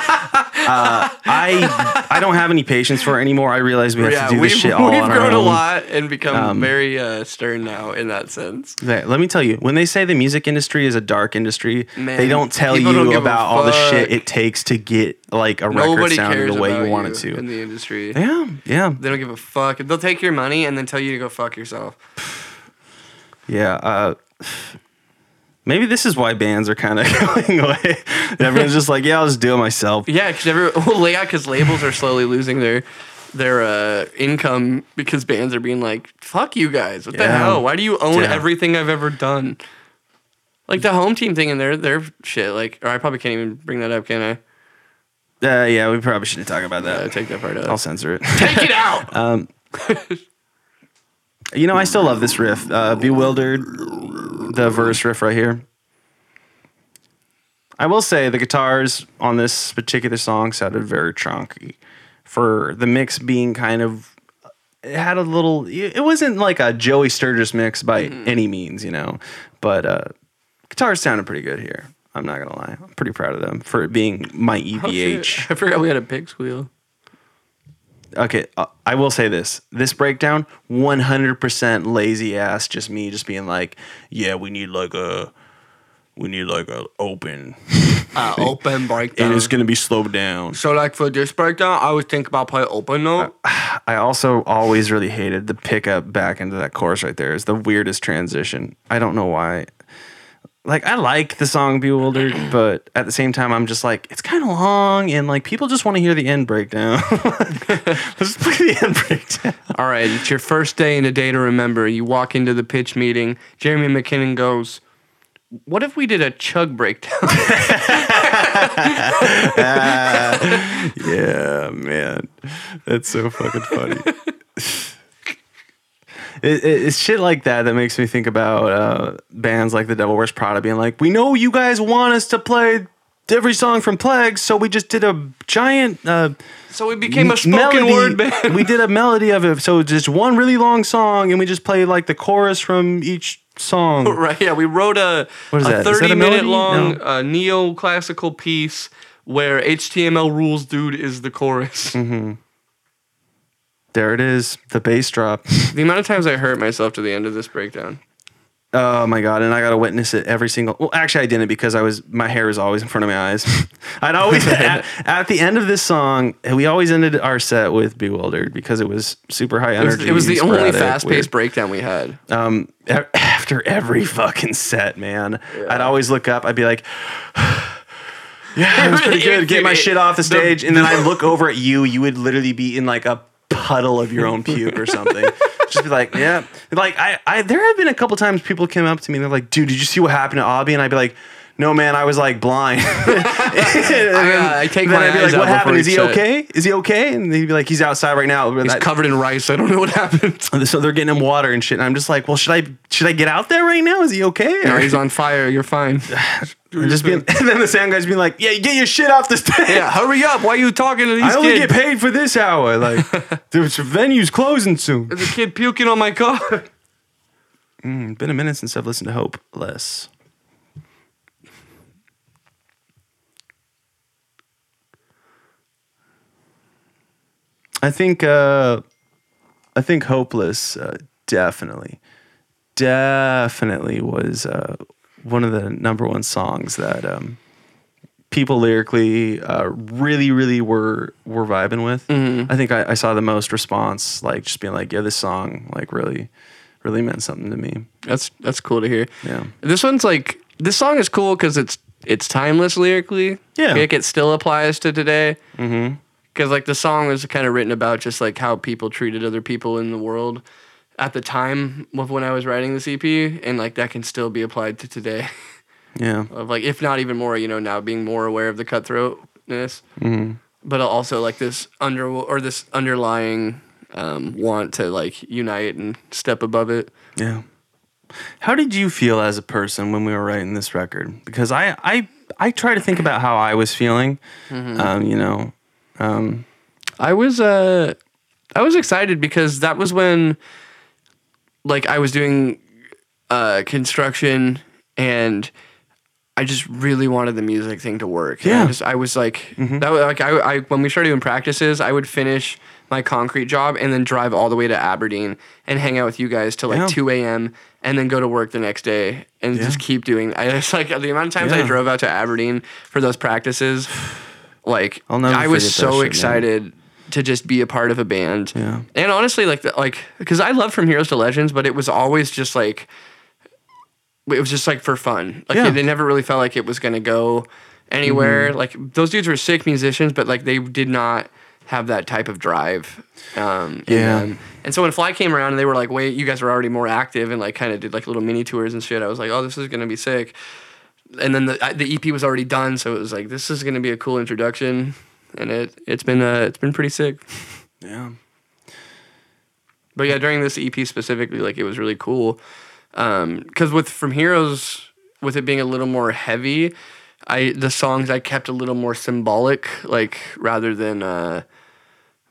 Uh, I I don't have any patience for it anymore. I realize we have
yeah,
to do
we've,
this shit all
we've
on our
grown a
own. Um,
lot and become very uh, stern now in that sense.
That- let me tell you, when they say the music industry is a dark industry,
Man,
they don't tell
people
you
don't give a
about all the
fuck.
shit it takes to get like a record
Nobody
sounding
cares
the way
about
you want it
in
to.
the industry.
Yeah, yeah.
They don't give a fuck. They'll take your money and then tell you to go fuck yourself.
Yeah. Uh, maybe this is why bands are kind of [LAUGHS] going away. Everyone's just like, yeah, I'll just do it myself.
Yeah, because every [LAUGHS] well, yeah, 'cause labels are slowly losing their their uh, income because bands are being like, "Fuck you guys! What the
Yeah.
hell? Why do you own
Yeah.
everything I've ever done?" Like the home team thing and their their shit. Like, or I probably can't even bring that up, can I?
Uh, yeah, we probably shouldn't talk about
Uh,
that.
take that part out.
I'll censor it. Um,
take
[LAUGHS]
it out.
you know, I still love this riff. Uh, Bewildered, the verse riff right here. I will say the guitars on this particular song sounded very chunky for the mix being kind of it had a little it wasn't like a Joey Sturgis mix by
Mm-hmm.
any means, you know, but uh guitars sounded pretty good here. I'm not going to lie. I'm pretty proud of them for it being my E EVH.
[LAUGHS] I forgot we had a pig squeal.
okay, uh, I will say this. This breakdown 100% lazy ass just me just being like, yeah, we need like a we need like a open
Uh, open breakdown.
and it's going to be slowed down.
so like for this breakdown, I was thinking about play
[LAUGHS]
open note.
I also always really hated the pickup back into that chorus right there. It's the weirdest transition. I don't know why. Like I like the song [CLEARS THROAT] Bewildered, but at the same time I'm just like it's kind of long and like people just want to hear the end breakdown. [LAUGHS] Let's play the end breakdown.
All right, it's your first day and a day to remember. You walk into the pitch meeting. Jeremy McKinnon goes, "What if we did a chug breakdown?" [LAUGHS]
Yeah, man. That's so fucking
[LAUGHS]
funny. It, it- it's shit like that that makes me think about uh, bands like the Devil Wears Prada being like, we know you guys want us to play every song from Plague, so we just did a giant uh,
so we became a spoken
melody.
word band.
we did a melody of it, so just one really long song, and we just play like the chorus from each song.
[LAUGHS] [LAUGHS] Right. Yeah, we wrote a,
What is
a
that? Is that a
30 minute
melody?
long
No.
uh, neoclassical piece where HTML rules dude is
[LAUGHS]
the chorus.
There it is, the bass drop.
the amount of times I hurt myself to the end of this breakdown.
Oh my god! And I got to witness it every single. Well, actually, I didn't because I was my hair was always in front of my eyes. [LAUGHS] I'd
[LAUGHS]
always at, at the end of this song, we always ended our set with "Bewildered" because it was super high
It was,
energy.
it was the only
sporadic,
fast
weird
paced breakdown we had.
um, e- [LAUGHS] after every fucking set, man. I'd always look up. I'd be like, "Yeah, it was pretty
Really
good. Get my
irritated.
shit off the stage." And then I'd look over at you. You would literally be in like a puddle of your own puke or something. Just be like, "Yeah." Like I, I, there have been a couple times people came up to me and they're like, "Dude, did you see what happened to Abby?" And I'd be like. No man, I was like blind. [LAUGHS] and then,
[LAUGHS] I, uh, I take
then
my
I'd be
eyes
like,
out
"What happened?
before
Is he
each set.
okay? Is he okay?" And he'd be like, "He's outside right now."
He's
That-
covered in rice. I don't know
[LAUGHS]
what happened.
so they're getting him water and shit. And I'm just like, well, should I should I get out there right now? Is he okay?
No,
Or
he's on fire. You're fine.
[LAUGHS] and [LAUGHS] just
[LAUGHS]
being, and then the sound guy's being like, yeah, you get your shit off the stage.
yeah, hurry up. Why are you talking to these
I only
kids?
get paid for this hour.
[LAUGHS]
Like, the venue's closing soon.
There's a kid puking on my car.
[LAUGHS] It's been a minute since I've listened to Hope Less. I think uh, I think Hopeless uh, definitely definitely was uh, one of the number one songs that um, people lyrically uh, really really were were vibing with. I think I, I saw the most response like just being like yeah this song like really really meant something to me.
That's that's cool to hear.
Yeah.
This one's like this song is cool because it's it's timeless lyrically.
Yeah.
like it still applies to today. Mm-hmm. Because like the song was kind of written about just like how people treated other people in the world at the time of when I was writing this EP, and like that can still be applied to today. [LAUGHS]
Yeah.
of like if not even more, you know, now being more aware of the cutthroatness, mm-hmm. but also like this under or this underlying um, want to like unite and step above it.
Yeah. How did you feel as a person when we were writing this record? Because I I I try to think about how I was feeling.
Mm-hmm.
Um, you know,
I was uh I was excited because that was when like I was doing uh construction and I just really wanted the music thing to work. And I
Yeah. Mm-hmm.
just I was like that was like I, I when we started doing practices, I would finish my concrete job and then drive all the way to Aberdeen and hang out with you guys till like
Yeah.
2 a.m. and then go to work the next day and just keep doing. I [LAUGHS] just like the amount of times I
Yeah.
drove out to Aberdeen for those practices like
I'll never
I was
forget that
so
shit, man.
excited to just be a part of a band.
Yeah.
And honestly, like the, like because I love From Heroes to Legends, but it was always just like it was just like for fun. Like
Yeah. Mm-hmm.
it, it never really felt like it was gonna go anywhere. Like those dudes were sick musicians, but like they did not have that type of drive. Um, in
Yeah.
them. And so when Fly came around and they were like, "Wait, you guys were already more active and like kind of did like little mini tours and shit," I was like, "Oh, this is gonna be sick." and then the I- the EP was already done, so it was like this is gonna be a cool introduction, and it it's been uh it's been pretty sick.
yeah.
But yeah, during this EP specifically, like it was really Um, cool, because with From Heroes, with it being a little more heavy, I the songs I kept a little more symbolic, like rather than uh,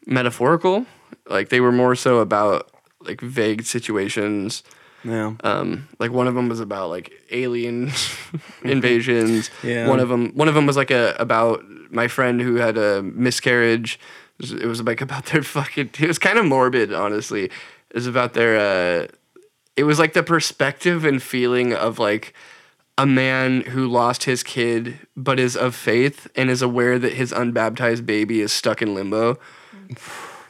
metaphorical. Like they were more so about like vague situations.
Yeah.
Um, like one of them was about like alien [LAUGHS] invasions.
Mm-hmm. Yeah.
One of them, one of them was like a about my friend who had a miscarriage. It was, it was like about their fucking. It was kind of morbid, honestly. It was about their. Uh, it was like the perspective and feeling of like a man who lost his kid but is of faith and is aware that his unbaptized baby is stuck in limbo.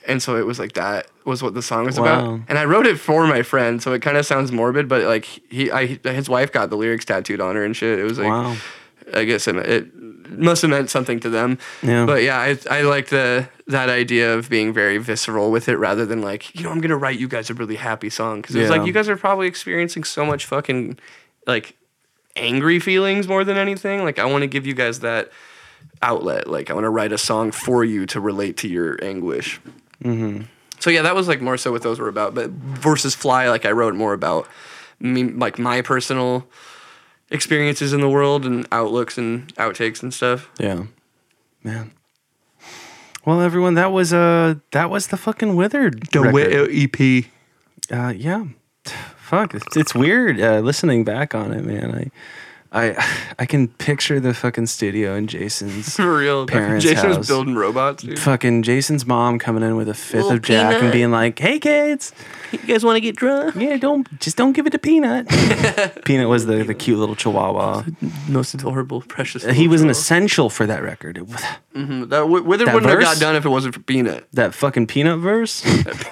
And so it was like that was what the song was
Mm. Wow.
about. And I wrote it for my friend, so it kind of sounds morbid, but like he I his wife got the lyrics tattooed on her and shit. It was like
Wow.
I guess it, it must have meant something to them.
Yeah.
But yeah, I, I like the that idea of being very visceral with it rather than like, you know, I'm going to write you guys a really happy song. Because it's
Yeah.
like, you guys are probably experiencing so much fucking like angry feelings more than anything. Like, I want to give you guys that outlet. Like, I want to write a song for you to relate to your anguish. Mm-hmm. So yeah, that was like more so what those were about. But versus Fly, like I wrote more about me, like my personal experiences in the world and outlooks and outtakes and stuff.
Yeah. Man. Well, everyone, that was uh that was the fucking withered. record.
EP.
Uh, yeah. Fuck. It's, it's weird uh, listening back on it, man. I I I can picture the fucking studio in Jason's
[LAUGHS] For real.
Parents'
Jason
house.
was building robots, dude.
fucking Jason's mom coming in with a fifth
Little
of Jack and
peanut.
being like, "Hey kids,
You guys want to get drunk?
yeah, don't just don't give it to Peanut." Peanut was the, the cute little Chihuahua.
Most adorable, precious.
He
little
was an
girl.
essential for that record. It-
That w- Wither
That
wouldn't have
verse?
got done if it wasn't for Peanut.
That fucking Peanut verse.
The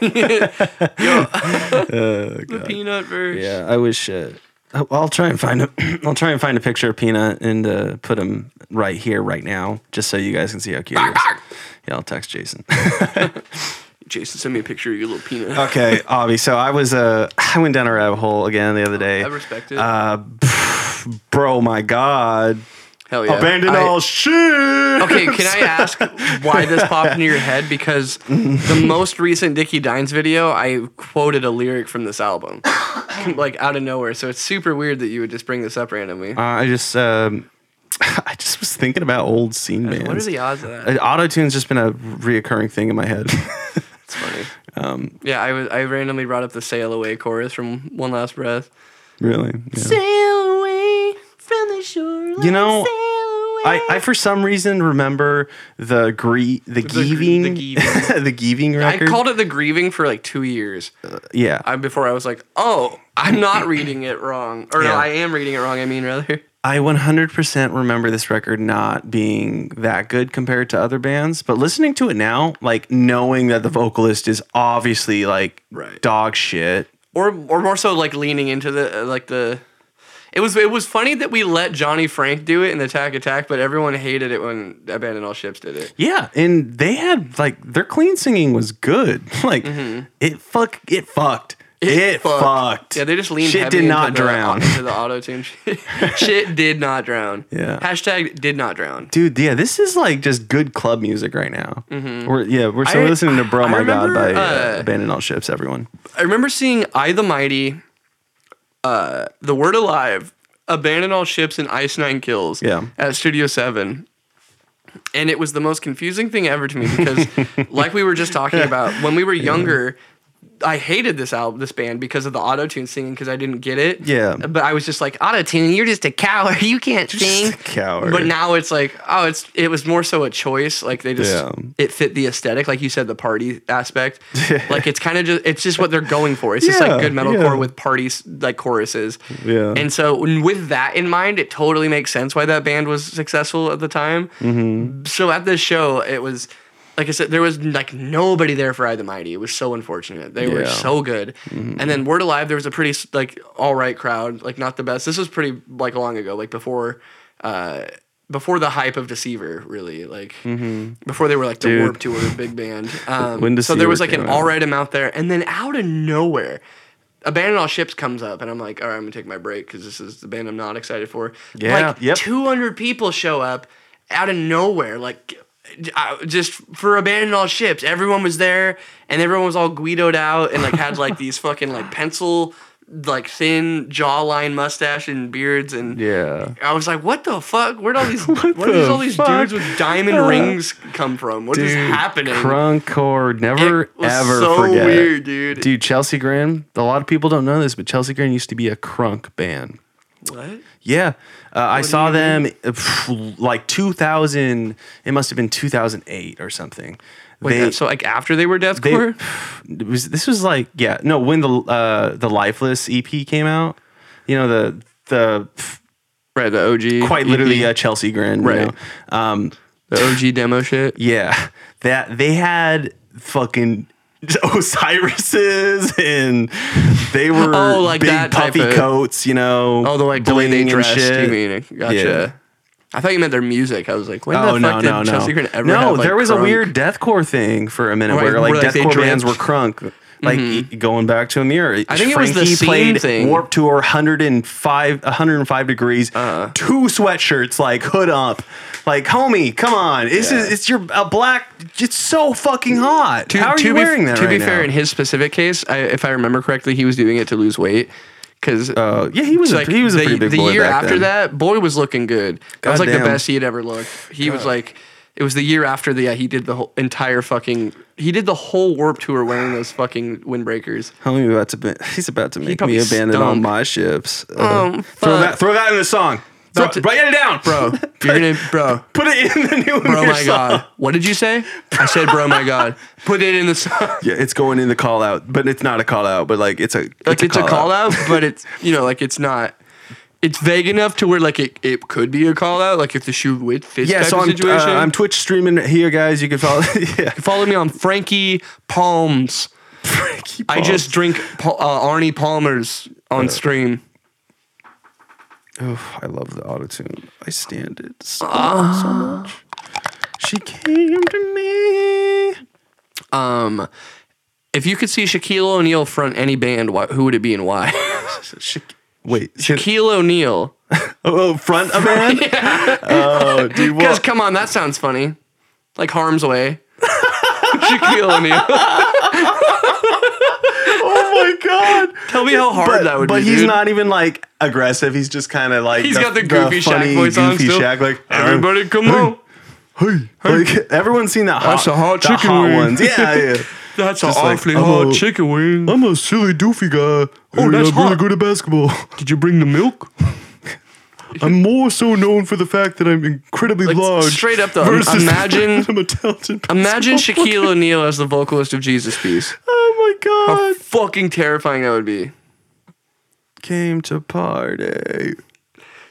Peanut
[LAUGHS]
verse.
Yeah, I wish. Uh, I- I'll try and find a. [CLEARS THROAT] I'll try and find a picture of Peanut and uh, put him right here, right now, just so you guys can see how cute he is. Yeah, I'll text Jason.
Jason, send me a picture of your little peanut.
[LAUGHS] okay, Avi. So I was. Uh, [SIGHS] I went down a rabbit hole again the other day.
I respect it.
Uh, Bro, my God.
Hell yeah.
Abandon
I-
all shit.
Okay,
[LAUGHS]
can I ask why this popped into your head? Because
[LAUGHS]
the most recent Dickie Dines video, I quoted a lyric from
[COUGHS]
this album, like out of nowhere. So it's super weird that you would just bring this up randomly.
Uh, I just. Um, [LAUGHS] I just was thinking about old scene bands.
what are the odds of that?
Auto tune's just been a reoccurring thing in my
[LAUGHS]
head.
It's funny.
um,
yeah, I was I randomly brought up the "Sail Away" chorus from One Last Breath.
really. yeah.
Sail away from the shore.
You know,
sail away.
I, I for some reason remember the gre- the
gr-
Gieving
the
[LAUGHS] the Gieving record.
I called it the grieving for like two years.
yeah.
I before I was like, oh, I'm
[LAUGHS]
not reading it wrong, or no,
Yeah.
I am reading it wrong. I mean, rather.
I 100% remember this record not being that good compared to other bands, but listening to it now, like knowing that the vocalist is obviously like
Right.
dog shit.
or or more so like leaning into the uh, like the it was it was funny that we let Johnny Frank do it in Attack Attack, but everyone hated it when Abandon All Ships did it.
Yeah, and they had like their clean singing was good. [LAUGHS] Like it fuck it fucked. It, fucked.
Mm-hmm. Yeah, they just leaned.
Shit
heavy
did
into
not
the-
drown.
into the auto tune. [LAUGHS] Shit did not drown.
[LAUGHS] Yeah.
Hashtag did not drown.
[LAUGHS] Dude, yeah, this is like just good club music right now. We're yeah, we're so
Mm-hmm. I-
we're listening to "Bro
I
My God"
remember,
by uh,
uh,
Abandon All Ships. Everyone,
I remember seeing I the Mighty, uh, The Word Alive, Abandon All Ships, and Ice Nine Kills
Yeah.
at Studio 7. And it was the most confusing thing ever to me
[LAUGHS]
because, like we were just talking about, when we were younger, I hated this album, this band, because of the auto tune singing because I didn't get it.
Yeah.
But I was just like, auto tune, you're just a coward. You can't sing.
Just a [LAUGHS] coward.
But now it's like, oh, it's it was more so a choice. Like they just
Yeah.
it fit the aesthetic, like you said, the party
[LAUGHS]
aspect. like it's kind of just it's just what they're going for. It's just
Yeah,
like good metalcore
yeah.
with parties like choruses.
Yeah.
And so n- with that in mind, it totally makes sense why that band was successful at the time. So at this show, it was like I said, there was like nobody there for I the Mighty. It was so unfortunate. They were
Yeah. Mm-hmm.
so good. And then Word Alive, there was a pretty s- like all right crowd, like not the best. This was pretty like long ago, like before. Uh, before the hype of Deceiver, really, like before they were like the
Mm-hmm. Dude.
Warp Tour
[LAUGHS]
big band. Um,
When
so there was
Deceiver
like an
came out.
all right amount there, and then out of nowhere, Abandon All Ships comes up, and I'm like, all right, I'm gonna take my break because this is the band I'm not excited for.
Yeah,
like
yep.
200 people show up out of nowhere, like I- just for Abandon
[LAUGHS]
All Ships. Everyone was there, and everyone was all guidoed out and like had like these fucking like pencil like thin jawline mustache and beards and
Yeah.
I was like, what the fuck? Where'd all
[LAUGHS]
these where did
the
all these
fuck?
dudes
[LAUGHS]
with diamond rings come from? What is happening?
Crunkcore.
It
Never
was
ever
so
forget. it.
weird, dude.
Dude, Chelsea Grin. A lot of people don't know this, but Chelsea Grin used to be a crunk band.
What?
Yeah, uh, I saw them uh, pff, like 2000. It must have been 2008 or something.
Wait, that- so like after they were
they
deathcore?
[SIGHS] it was this was like yeah no when the uh, the lifeless EP came out, you know the the
right, the OG.
quite literally uh, Chelsea Grin you
E Right.
know? Um,
the OG demo shit.
yeah, that they had fucking [LAUGHS] Osiris's and they were
Oh, like
big
that type
puffy
of-
coats, you know.
Oh, the like the way they
bling and
dressed. You
shit.
mean? Gotcha.
Yeah.
I thought you meant their music. I was like, when
Oh
the
no
fuck
no
did
no!
Chelsea Grin ever
no,
have, like,
there was a
crunk?
weird deathcore thing for a minute
Right,
where like
where, like, they
deathcore bands were
dripped.
crunk. Like e- going back to a mirror.
I think it was the scene
played
thing.
Warp Tour 105, 105 degrees,
Uh.
two sweatshirts, like hood up. Like, homie, come on. This is it's your a black it's so fucking hot. How are you
be,
wearing that?
To be
right
fair,
now?
in his specific case, I, if I remember correctly, he was doing it to lose weight. Because
Uh, yeah, he was a- he was a
the,
pretty big
the
boy
year
back
after
then.
that, boy was looking good. That was like the
Goddamn.
best he had ever looked. He was like, it was the year after the yeah, he did the whole entire fucking he did the whole warp tour wearing those fucking windbreakers.
homie about to ba- he's about to make
probably
me abandon all
stunk.
my ships. Uh,
Um,
throw
fuck.
that throw that in the song. Throw,
About to-
write it down,
Bro, [LAUGHS]
[LAUGHS]
you're gonna bro,
Put it in the new
bro,
Year
Oh my
song.
god. What did you say? I said, bro, my god. Put it in the song.
Yeah, it's going in the call out, but it's not a call out, but like it's a
like it's a call out, but it's you know like it's not. It's vague enough to where like it, it could be a call out, like if the shoe would fit.
Yeah,
type
so
of
I'm uh,
situation.
I'm Twitch streaming here, guys. You can follow. [LAUGHS] yeah,
Follow me on Frankie Palms. I just drink pa- uh, Arnie Palmer's
Uh.
on stream.
I love the auto tune. I stand it so, so
Ah.
much. She came to me.
Um, if you could see Shaquille O'Neal front any band, why, who would it be
[LAUGHS]
and why?
She, wait,
Shaquille O'Neal.
oh, front
[LAUGHS]
a man. Oh, dude, well,
Because come on, that sounds funny. Like Harm's Way. [LAUGHS] Shaquille O'Neal.
oh my god.
Tell me how [LAUGHS] hard
But,
that would
but
be.
he's
dude.
not even like aggressive. He's just kind of like
He's got the goofy Shaq voice on
goofy
still.
Shaq, like uh,
Everybody, come on.
Like, everyone's seen that. Hot,
That's a hot
the
chicken
hot
wing.
ones.
[LAUGHS]
Yeah, yeah.
That's
Just
an
like,
awfully
I'm
hard
a-
chicken wing.
I'm a silly doofy guy. and
Oh, that's
I'm
hot.
really good at basketball. [LAUGHS]
Did you bring the milk?
I'm more so known for the fact that I'm incredibly
Like,
large.
straight up though,
versus the
imagine-
fact that [LAUGHS] I'm a talented. [LAUGHS]
Imagine Shaquille O'Neal as the vocalist of Jesus Peace.
Oh my
How
god!
fucking terrifying that would be.
Came to party.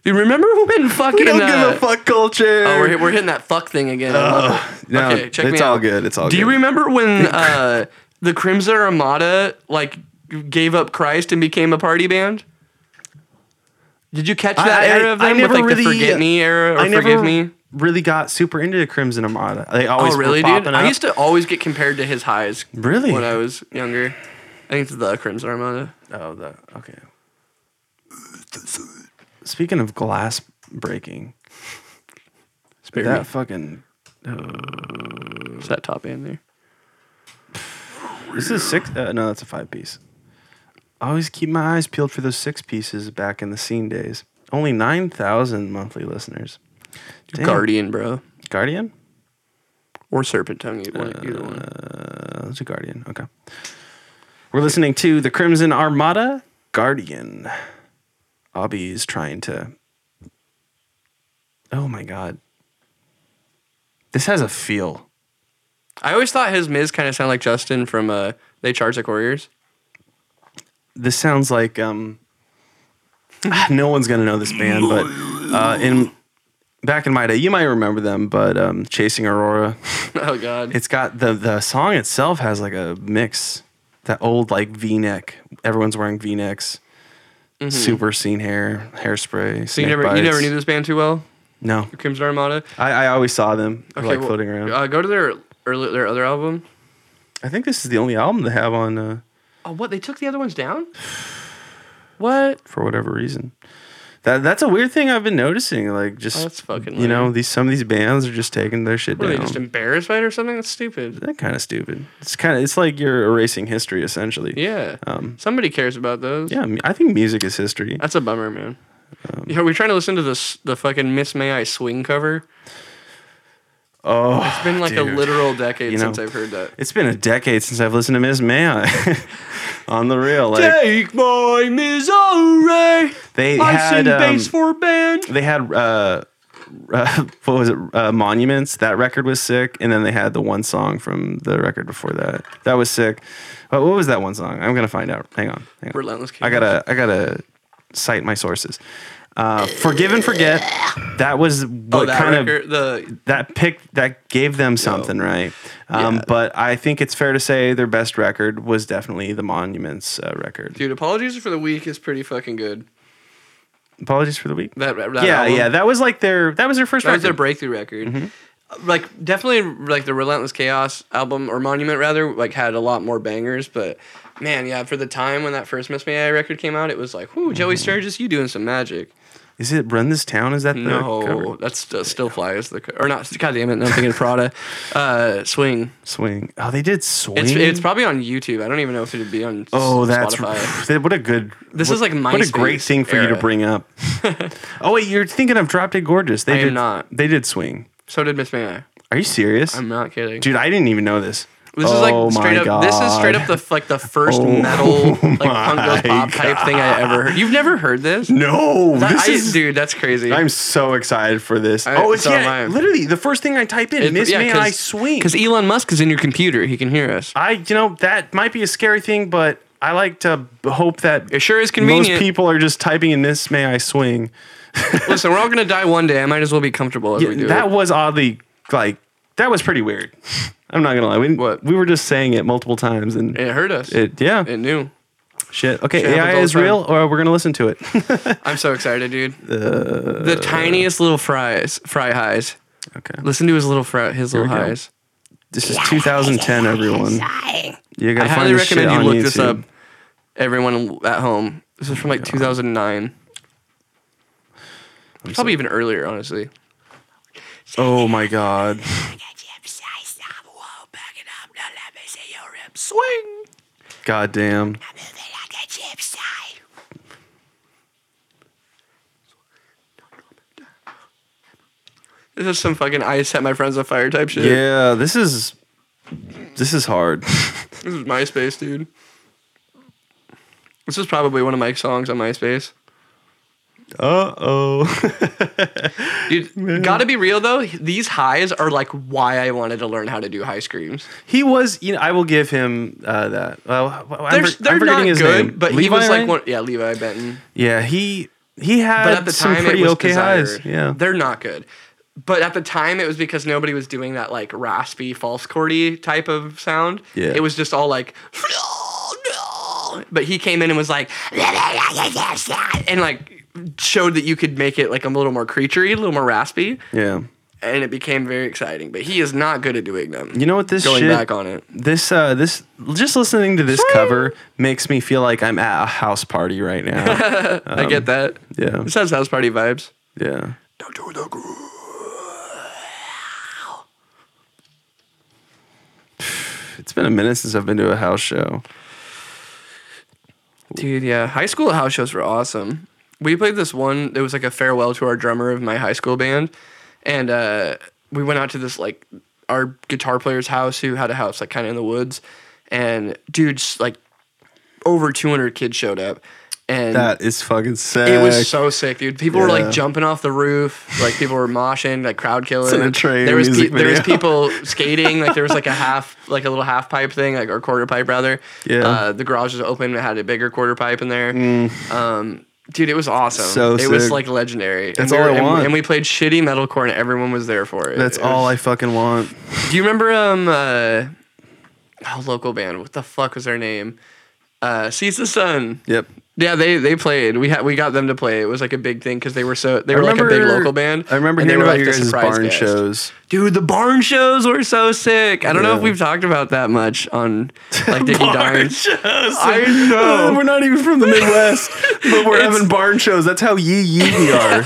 Dude, remember when fucking
We don't
uh,
give a fuck Uh, culture.
Oh, we're, we're hitting that fuck thing again. I love it.
no,
okay, check me
it's all
out.
good. It's all
Do
good.
you
[LAUGHS]
remember when uh, the Crimson Armada like gave up Christ and became a party band? Did you catch that
I- I-
era of them
I
with
never
like
really-
the Forget Me era or
I never
Forgive Me?
really got super into the Crimson Armada. They always
Oh, really,
were
dude?
popping Up.
I used to always get compared to his highs.
Really?
When I was younger. I think it's the Crimson Armada.
Oh, the okay. Speaking of glass breaking,
Spare
that
me.
fucking
It's that top end there.
This is six. Uh, no, that's a five piece. I always keep my eyes peeled for those six pieces back in the scene days. Only 9,000 monthly listeners. Damn.
Guardian, bro.
Guardian?
Or Serpent Tongue, either one. Either one.
Uh, that's a Guardian. Okay. We're listening to the Crimson Armada Guardian. Obby's trying to. Oh my God. This has a feel.
I always thought his Miz kind of sounded like Justin from uh, They Charge Like Warriors.
this sounds like um [SIGHS] no one's gonna know this band but uh in back in my day you might remember them but um chasing aurora
[LAUGHS] oh, God.
it's got the the song itself has like a mix that old like v-neck everyone's wearing v-necks super scene hair hairspray
Mm-hmm. so you never, you never knew this band too well?
no
Crimson Armada?
i i always saw them like
well,
floating around
Uh, go to their early, their other album.
i think this is the only album they have on uh [SIGHS]
Oh, what? They took the other ones down? What?
for whatever reason That that's a weird thing I've been noticing. Like just
Oh, that's fucking
you know
lame.
these some of these bands are just taking their shit
What are they
down.
just embarrassed by it or something? That's stupid.
that kind of stupid. It's kind of it's like you're erasing history essentially.
Yeah.
Um,
Somebody cares about those.
Yeah, I mean, I think music is history.
That's a bummer, man. yeah, we're trying to listen to this the fucking Miss May I swing cover.
Oh,
It's been like a
dude.
literal decade
You know,
since I've heard that.
It's been a decade since I've listened to Miss May I- [LAUGHS] on the real. Like
Take my Missouri.
they
I sing
had um,
bass for band.
they had uh, uh, [LAUGHS] what was it? Uh, Monuments. That record was sick, and then they had the one song from the record before that. That was sick. What, what was that one song? I'm gonna find out. Hang on. Hang on.
Relentless
I gotta I gotta cite my sources. Uh, Forgive and forget. That was what
oh, that
kind of
record, the
that picked that gave them something right um,
Yeah.
but i think it's fair to say their best record was definitely the monuments uh, record
dude. Apologies for the week is pretty fucking good.
apologies for the week
That, that
yeah
album.
yeah that was like their that was their first
That
record Mm-hmm.
was their breakthrough record. Like definitely like the Relentless Chaos album or Monument rather like had a lot more bangers, but man, yeah, for the time when that first Miss May I record came out, it was like, "Whoo,
Mm-hmm.
Joey Sturgis, you doing some magic."
is it run this town is that the
No,
cover?
that's uh, still fly as the co- or not. God damn it! No, I'm thinking
[LAUGHS]
of Prada. Uh, swing.
swing oh they did swing
It's it's probably on YouTube. I don't even know if it'd be on. s-
Oh, that's [SIGHS]
Spotify.
what a good.
This
what,
is like
what a great
MySpace
thing for you
era.
to bring
[LAUGHS]
up. oh wait, you're thinking of Drop Dead Gorgeous? They
I am
did
not.
They did swing.
So did Miss May I.
Are you serious,
I'm not kidding.
dude? I didn't even know this.
This is
Oh
like straight
my
up. This is straight
God.
up the like the first
Oh [LAUGHS]
metal like punk goes
my
pop type thing I ever heard. You've never heard this?
No,
That-
this
I-
is
dude, that's crazy.
I'm so excited for this.
I-
oh, it's
so am
yeah,
I.
literally the first thing I type in,
It-
Miss
yeah,
May
'cause-
I swing.
because Elon Musk is in your computer. He can hear us.
I, you know, that might be a scary thing, but I like to b- hope that
It sure is
most
convenient.
people are just typing in Miss May I swing.
Listen, we're all gonna die one day. I might as well be comfortable as we do.
that
it.
was oddly like that was pretty weird. [LAUGHS] I'm not gonna lie. We
What?
we were just saying it multiple times and
it hurt us.
it
It,
yeah
knew.
shit. Okay,
happens all
AI
the
is
time.
real, or we're gonna listen to it. [LAUGHS]
I'm so excited, dude. the tiniest little fries, fry highs.
okay,
Listen to his little fry, his little
we go.
highs.
this is 2010, everyone. You
I
gotta
highly
find this shit
recommend you
on
look this up.
YouTube.
Everyone at home, this is from like 2009. Probably even earlier, honestly.
Oh my god.
Swing.
God damn.
This is some fucking I set my friends on fire type shit.
Yeah, this is this is hard.
This is MySpace, dude. This is probably one of my songs on MySpace.
Uh [LAUGHS] oh.
Dude, gotta be real though, these highs are like why I wanted to learn how to do high screams.
he was. You know, I will give him uh, that. Well,
They're,
I'm, for-
they're
I'm forgetting
not
his
good,
name.
but
Levi,
he was like
right?
one, yeah, Levi Benton.
Yeah, he he had
But at the
some
time,
pretty
it was
okay
desired.
highs. Yeah.
they're not good. But at the time, it was because nobody was doing that like raspy, false chordy type of sound.
Yeah.
it was just all like. "No, no." But he came in and was like, and like showed that you could make it like a little more creaturey, a little more raspy,
yeah.
and it became very exciting. But he is not good at doing them.
You know what this
going
shit?
back on it,
This uh this just listening to this cover makes me feel like I'm at a house party right
[LAUGHS]
now.
I get that.
um, yeah.
This has house party vibes.
Yeah. It's been a minute since I've been to a house show.
Dude, yeah. High school house shows were awesome. We played this one, it was like a farewell to our drummer of my high school band. And uh, we went out to this, like, our guitar player's house who had a house, like, kind of in the woods. And dudes, like, over 200 kids showed up. And
That is fucking sick.
it was so sick, dude. People were
Yeah.
like jumping off the roof, like people were moshing, like crowd killing.
in a train
there was
music
there was
video. [LAUGHS]
people skating, like there was like a half, like a little half pipe thing, like or quarter pipe rather.
Yeah.
Uh, the garage was open. It had a bigger quarter pipe in there. Um, dude, it was awesome.
Mm. So
it was
sick.
like legendary.
That's
and
all I
and-
want.
And we played shitty metalcore, and everyone was there for it.
That's
It
all I
was-
fucking want.
Do you remember um uh, oh, local band? What the fuck was their name? uh, "Sees the Sun."
Yep.
Yeah, they they played. We had we got them to play. It was like a big thing because they were so they were like a big
remember-
local band.
I remember
and they
hearing
were
about
like
your
the
guys'
surprise
barn
guest.
shows.
Dude, the barn shows were so sick. I don't know if
Yeah.
we've talked about that much on
[LAUGHS]
like Dicky Darn. I
Uh,
know,
We're not even from the Midwest, but we're
It's-
having barn shows. That's how yee yee we
[LAUGHS]
are.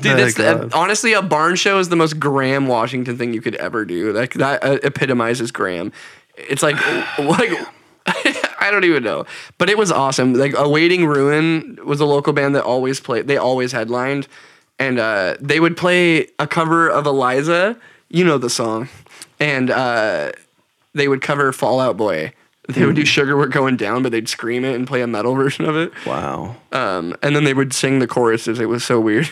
dude. That's
God.
uh, honestly a barn show is the most Graham Washington thing you could ever do. Like that uh, epitomizes Graham. It's like like. [LAUGHS] I don't even know, but it was awesome. Like Awaiting Ruin was a local band that always played. They always headlined, and uh, they would play a cover of Eliza. You know the song, and uh, they would cover Fallout Boy. They would do Sugar We're Going Down, but they'd scream it and play a metal version of it.
Wow.
Um, and then they would sing the choruses. It was so weird,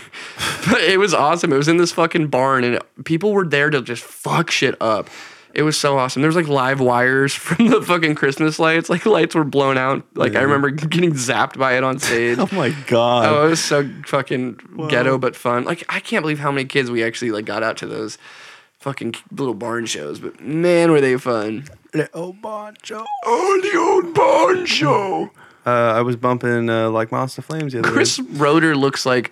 [LAUGHS] but it was awesome. It was in this fucking barn, and people were there to just fuck shit up. It was so awesome. There was like live wires [LAUGHS] from the fucking Christmas lights. Like lights were blown out. Like I remember getting zapped by it
[LAUGHS]
on stage.
Oh my god.
Oh, it was so fucking ghetto but fun. Like I can't believe how many kids we actually like got out to those fucking little barn shows. But man, were they fun!
Oh, the old barn show. Uh, I was bumping uh, like Monster Flames the other
Chris Roder looks like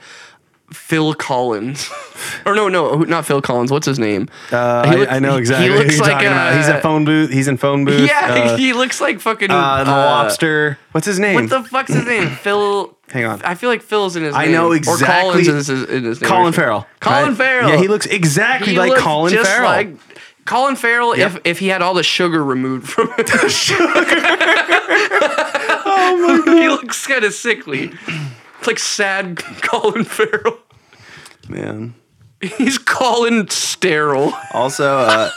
Phil Collins, [LAUGHS] or no, no, who- not Phil Collins. What's his name?
day. Uh,
He
I,
look-
I know
he
exactly
looks
what you're
like
talking
a-
about. He's at phone booth. He's in phone booth.
[LAUGHS] yeah,
Uh,
he looks like fucking
uh, the
uh,
lobster. What's his name?
What the fuck's
[CLEARS THROAT]
his name? Phil.
Hang on.
I feel like Phil's in his.
I
name.
know
Or Collins
exactly-
is his, in his name.
Colin Farrell.
Colin
right?
Farrell.
Yeah, he looks exactly
He
like
looked
Colin
just
Farrell.
like- Colin Farrell, if, if he had all the sugar removed
[LAUGHS]
from him. oh my god. [LAUGHS] He looks kind of sickly. It's like sad [LAUGHS] Colin Farrell.
Man.
He's Colin Sterile.
Also,
[LAUGHS]
uh,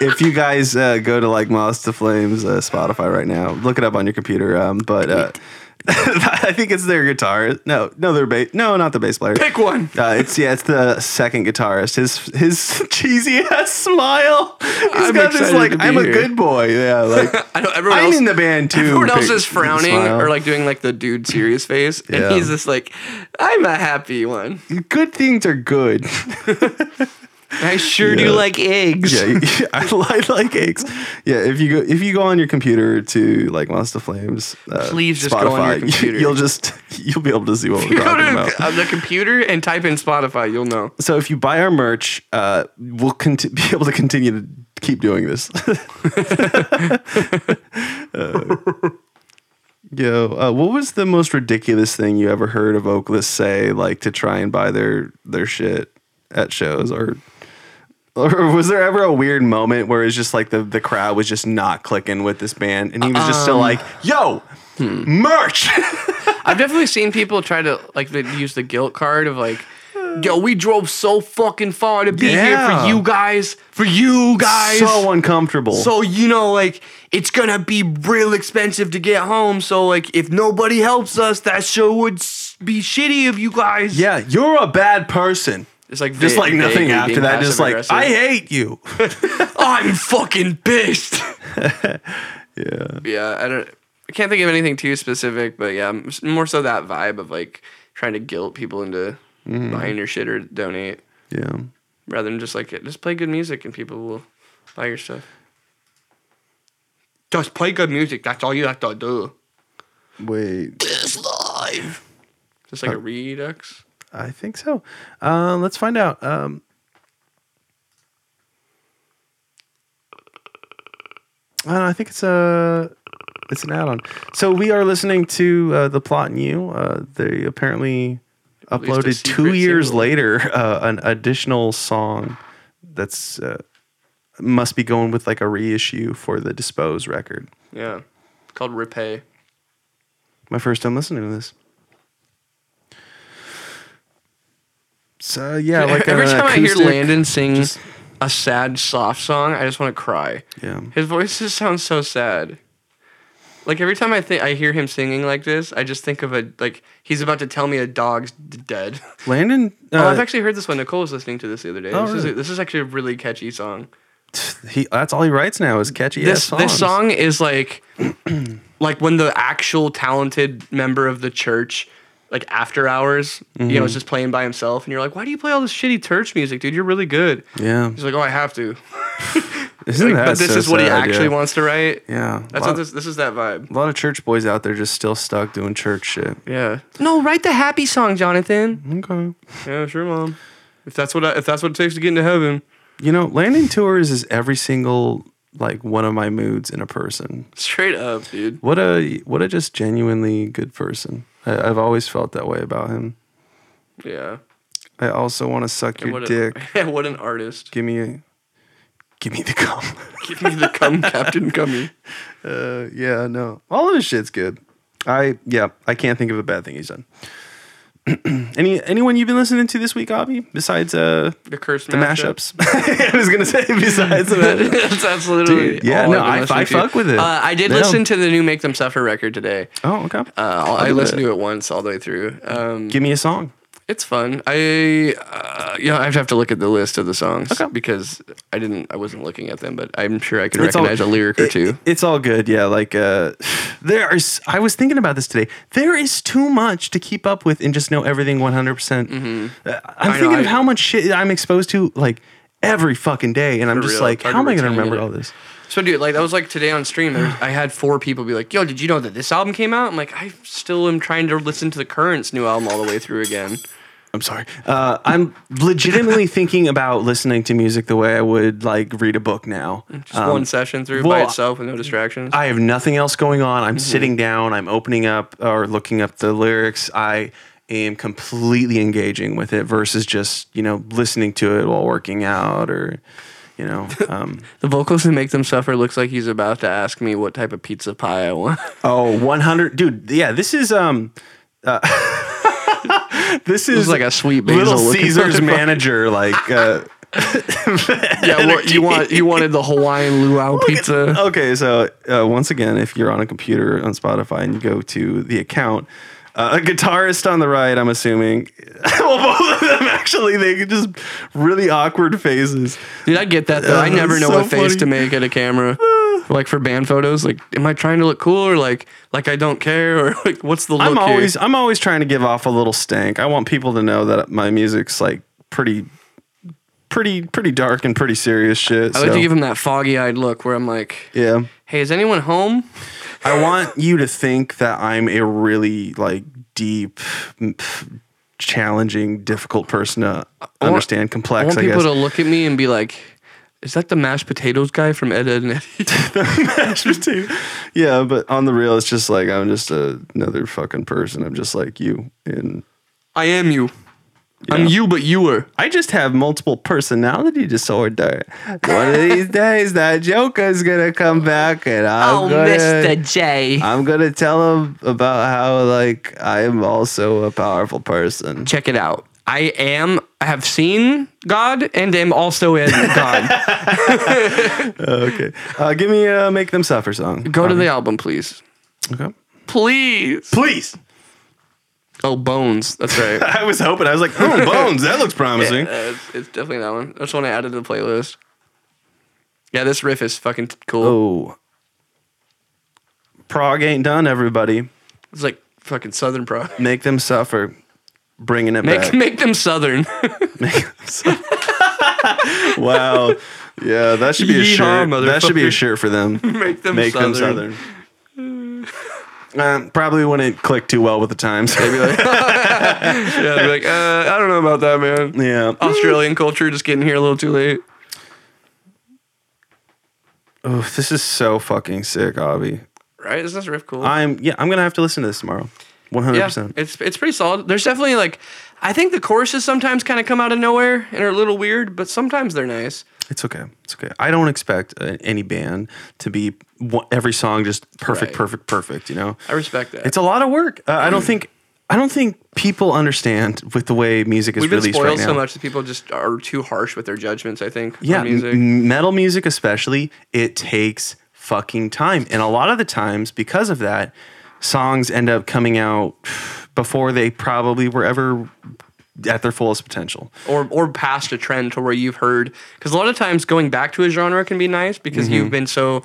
if you guys uh, go to like Moss to Flames uh, Spotify right now, look it up on your computer. Um, but uh, [LAUGHS] I think it's their guitar. No, no, their bass. No, not the bass player.
Pick one.
Uh, it's yeah, it's the second guitarist. His his [LAUGHS] cheesy ass smile. He's
I'm
got this
excited
like
to be
I'm a
here."
good boy. Yeah, like
I know everyone
I'm
else.
in the band too.
Everyone else
pic-
is frowning
smile.
or like doing like the dude serious face, and
Yeah.
he's just like, "I'm a happy one.
good things are
[LAUGHS]
good.
I sure
Yeah.
do like eggs."
Yeah, you- [LAUGHS] I, li- like eggs. Yeah, if you go if you go on your computer to like Monster Flames, uh,
Please just go
[LAUGHS]
on your
you-
computer.
You'll just you'll be able to see what we're
[LAUGHS] You go
talking
to
about.
uh, the computer and type in Spotify, you'll know.
So if you buy our merch, uh, we'll conti- [LAUGHS] be able to continue to keep doing this. [LAUGHS] Uh, yo, uh, what was the most ridiculous thing you ever heard of Oakless say, like to try and buy their their shit at shows, or or was there ever a weird moment where it's just like the the crowd was just not clicking with this band, and he was just still like, "Yo, merch."
I've definitely seen people try to like they use the guilt card of like, yo, we drove so fucking far to be
Yeah.
here for you guys, for you guys.
so uncomfortable.
So, you know, like it's gonna be real expensive to get home. So like if nobody helps us, that show would s- be shitty of you guys.
yeah, you're a bad person.
It's like
just
va-
like nothing
vaguely
after
being
that. Just like
passive
I
aggressive.
hate you.
I'm fucking pissed.
[LAUGHS]
[LAUGHS]
Yeah,
yeah, I don't. I can't think of anything too specific, but yeah, m- more so that vibe of like trying to guilt people into buying your shit or donate.
yeah.
rather than just like just play good music and people will buy your stuff. Just play good music. That's all you have to do.
Wait,
Just like a redux.
I think so. Uh, let's find out. Um, I, don't know, I think it's a it's an add-on. So we are listening to uh, the plot and you. Uh, they apparently
Released a
uploaded two
secret
years
single.
later uh, an additional song that's uh, must be going with like a reissue for the Dispose record.
Yeah, it's called repay.
my first time listening to this. So yeah, like
[LAUGHS] every
an
time I
acoustic-
hear Landon sing a sad soft song, I just want to cry.
yeah,
His voice just sounds so sad. Like every time I think I hear him singing like this, I just think of a like he's about to tell me a dog's d- dead.
Landon.
oh, I've
Uh,
actually heard this one. Nicole was listening to this the other day.
Oh,
this,
really?
is, this is actually a really catchy song.
he, that's all he writes now is catchy.
this
ass songs.
this song
[CLEARS THROAT]
is like like when the actual talented member of the church like after hours you
Mm-hmm.
know is just playing by himself and you're like why do you play all this shitty church music dude you're really good
Yeah,
he's like oh i have to
Isn't
Like,
that
but this
so
is what he
sad,
actually
yeah.
wants to write.
Yeah.
That's
a,
what
lot,
this. This is that vibe.
a lot of church boys out there just still stuck doing church shit.
Yeah. No, write the happy song, Jonathan.
Okay.
Yeah, sure, mom. If that's what I, if that's what it takes to get into heaven,
You know, landing tours is every single like one of my moods in a person.
straight up, dude.
What a what a just genuinely good person. I, I've always felt that way about him.
Yeah.
I also want to suck your
what
dick.
[LAUGHS] A, what an artist.
Give me a, give me the [LAUGHS] cum.
Give me the cum,
[LAUGHS]
Captain Cummy.
Uh, yeah, no, all of his shit's good. I yeah, I can't think of a bad thing he's done. [CLEARS THROAT] Any anyone you've been listening to this week, Abby? Besides uh,
The curse.
the mashups. [LAUGHS] I was gonna say [LAUGHS] besides the mashups.
[LAUGHS] that's, that's literally
Dude, yeah,
all
no,
I've been
I-
listening
I
to.
fuck with it.
Uh, I did
Yeah.
listen to the new "Make Them Suffer" record today.
Oh, okay.
Uh, I
do
listened
that.
to it once all the way through. Um,
Give me a song.
it's fun. I uh, yeah, I have to look at the list of the songs
Okay.
because I didn't, I wasn't looking at them, but I'm sure I could
It's all-
recognize a lyric or
it-
two.
it- it's all good. Yeah, like uh, there is. I was thinking about this today. There is too much to keep up with and just know everything one hundred percent. Uh, I'm
know,
thinking of
Mm-hmm. I-
how much shit I'm exposed to, like every fucking day, and I'm
For
just
real,
like,
it's hard
how am
to
I gonna
retain
remember
it.
all this?
So, dude, like that was like today on stream. There, I had four people be like, "Yo, did you know that this album came out?" I'm like, I still am trying to listen to the Currents new album all the way through again.
I'm sorry. Uh,
[LAUGHS]
I'm legitimately thinking about listening to music the way I would like read a book now.
Just one session through by
well,
itself with no distractions.
I have nothing else going on.
Mm-hmm.
I'm sitting down. I'm opening up or looking up the lyrics. I am completely engaging with it versus just you know listening to it while working out or you
[LAUGHS]
know. Um,
the vocals who make them suffer looks like he's about to ask me what type of pizza pie I want.
oh, 100, dude. Yeah, this is um. Uh, [LAUGHS] this is
[LAUGHS] It's like a sweet basil.
Little
looking
Caesars
[LAUGHS] fucking-
manager, like. Uh,
Yeah, well, you want you wanted the Hawaiian luau pizza.
[LAUGHS] Okay, so uh, once again, if you're on a computer on Spotify and you go to the account, uh, a guitarist on the right, I'm assuming. [LAUGHS] well, both of them actually, they could just really awkward faces.
Dude, I get that though. I
Uh,
never know
so
what face
funny.
to make at a [SIGHS] camera. like for band photos, like am I trying to look cool or like like I don't care [LAUGHS] or like what's the look
I'm
here?
always, I'm always trying to give off a little stank. I want people to know that my music's like pretty, pretty, pretty dark and pretty serious shit.
I
so,
like to give him that foggy-eyed look where I'm like,
yeah.
"Hey, is anyone home?"
I want you to think that I'm a really like deep, m- challenging, difficult person to understand.
I
complex,
want
I,
people
guess.
to look at me and be like, "Is that the mashed potatoes guy from Ed, Ed and Eddie?" [LAUGHS]
[LAUGHS] yeah, but on the real, it's just like I'm just a, another fucking person. I'm just like you, and
I am you. I'm you, but you were.
I just have multiple personality disorder. One of these days, that Joker's gonna come back, and I'm
Oh,
gonna.
Mr. J.
I'm gonna tell him about how like I am also a powerful person.
check it out. I am, I have seen God and am also
[LAUGHS]
in God.
Okay, uh, give me a "Make Them Suffer" song.
Go to the album, please.
Um, Okay.
Please.
Please.
Oh, Bones. That's
[LAUGHS]
right.
I was hoping. I was like, oh, bones. That looks [LAUGHS] promising.
Uh, it's, it's definitely that one. That's the one I added to the playlist. Yeah, this riff is fucking t- cool.
Oh. Prague ain't done, everybody.
It's like fucking Southern Pro.
Make them suffer. Bringing it
[LAUGHS] Make,
back. [LAUGHS]
make them Southern.
wow. Yeah, that should be a
Yeehaw,
shirt. That should be a
motherfucker.
shirt for them.
[LAUGHS] make
[LAUGHS]
them
Make
Southern.
them southern. Uh, probably wouldn't click too well with the times. [LAUGHS]
Yeah, I'd be like, uh, I don't know about that,
[LAUGHS]
man.
yeah.
Australian culture just getting here a little too late.
Oh, this is so fucking sick, Avi.
Right? Isn't this riff cool?
I'm yeah. I'm gonna have to listen to this tomorrow. One hundred
yeah,
percent.
it's it's pretty solid. There's definitely like, I think the choruses sometimes kind of come out of nowhere and are a little weird, but sometimes they're nice.
It's okay. It's okay. I don't expect uh, any band to be one, every song just perfect,
Right.
perfect, perfect. You know,
I respect that.
it's a lot of work. Uh, I don't think I don't think people understand with the way music is
We've been
released
spoiled
right now.
so much that people just are too harsh with their judgments. I think. on
yeah,
music.
m- metal music especially, it takes fucking time, and a lot of the times because of that, songs end up coming out before they probably were ever at their fullest potential.
or or past a trend to where you've heard because a lot of times going back to a genre can be nice because you've been so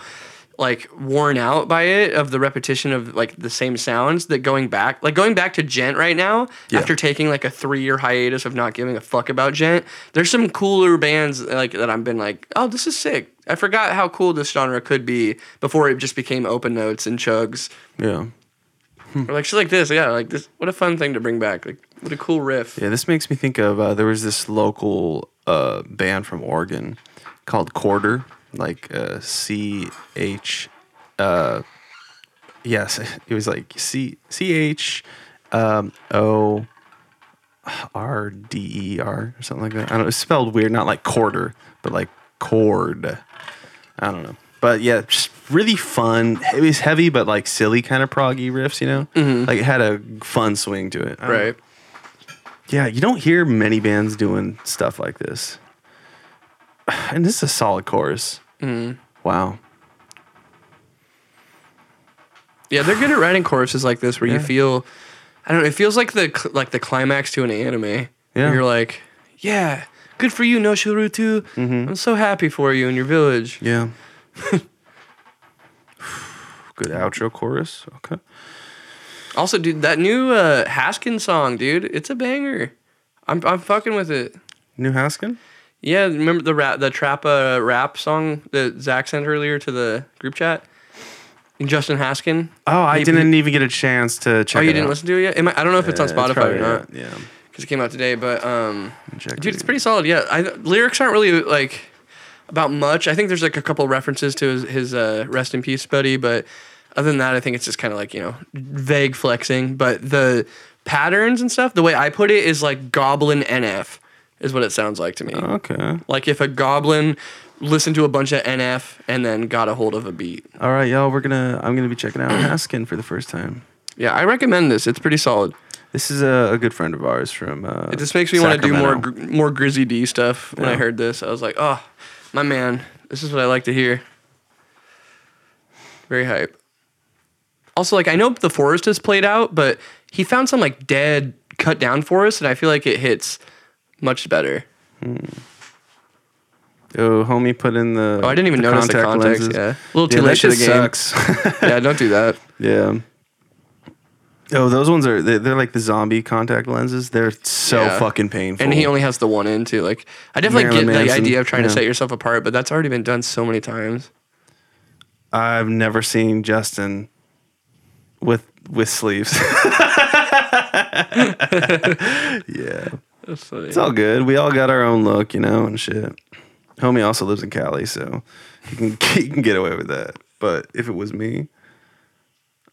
like worn out by it of the repetition of like the same sounds that going back like going back to gent right now after taking like a three year hiatus of not giving a fuck about gent there's some cooler bands like that i've been like oh this is sick i forgot how cool this genre could be before it just became open notes and chugs
Yeah.
or like shit like this yeah like this what a fun thing to bring back like what a cool riff
Yeah, this makes me think of uh, there was this local uh, band from Oregon called Quarter, like uh, C H. Uh, yes, [LAUGHS] it was like C C H um, O R D E R or something like that. I don't know. It's spelled weird, not like quarter, but like chord. I don't know. But yeah, just really fun. It was heavy, but like silly kind of proggy riffs, you know? Like it had a fun swing to it. I don't-
right
yeah, you don't hear many bands doing stuff like this. [SIGHS] And this is a solid chorus.
Mm-hmm.
Wow.
Yeah, they're good at writing choruses like this where you feel, I don't know, it feels like the cl- like the climax to an anime. where
Yeah.
you're like, yeah, good for you, Noshirutu.
Mm-hmm.
I'm so happy for you and your village.
Yeah. [SIGHS] Good outro chorus. Okay.
Also, dude, that new uh, Haskin song, dude, it's a banger. I'm I'm fucking with it.
New Haskin?
Yeah, remember the rap, the trap uh, rap song that Zach sent earlier to the group chat. And Justin Haskin.
Oh, I
He-
didn't even get a chance to check
Oh,
it
you didn't
out.
listen to it yet? Am I, I don't know if it's on
Yeah,
Spotify
probably
or not.
Yeah.
because it came out today. But um,
Check it
dude, it's
out.
pretty solid. Yeah, I, lyrics aren't really like about much. I think there's like a couple references to his, his uh, rest in peace buddy, but other than that, I think it's just kind of like you know vague flexing. But the patterns and stuff, the way I put it is like Goblin NF is what it sounds like to me.
Okay.
Like if a goblin listened to a bunch of NF and then got a hold of a beat.
All right, y'all. We're gonna. I'm gonna be checking
[CLEARS THROAT]
out Haskin for the first time.
Yeah, I recommend this. It's pretty solid.
This is a, a good friend of ours from. Uh,
It just makes me want to do more
Sacramento.
gr- more Grizzy D stuff. When I
Yeah.
heard this, I was like, "Oh, my man, this is what I like to hear." Very hype. Also, like I know the forest has played out, but he found some like dead, cut down forest, and I feel like it hits much better.
Oh, homie, put in the.
Oh, I didn't even
the
notice the context.
lenses.
Yeah, a little too
Yeah, that
late to the
shit
game. [LAUGHS]
Sucks.
yeah, don't do that.
Yeah. Oh, those ones are they- they're like the zombie contact lenses. They're so
Yeah.
fucking painful.
And he only has the one in too. Like I definitely
Marilyn
get the
Manson,
idea of trying to
yeah.
set yourself apart, but that's already been done so many times.
I've never seen Justin with with sleeves. [LAUGHS] yeah,
That's funny.
it's all good. We all got our own look, you know, and shit. Homie also lives in Cali, so he can [LAUGHS] he can get away with that. But if it was me,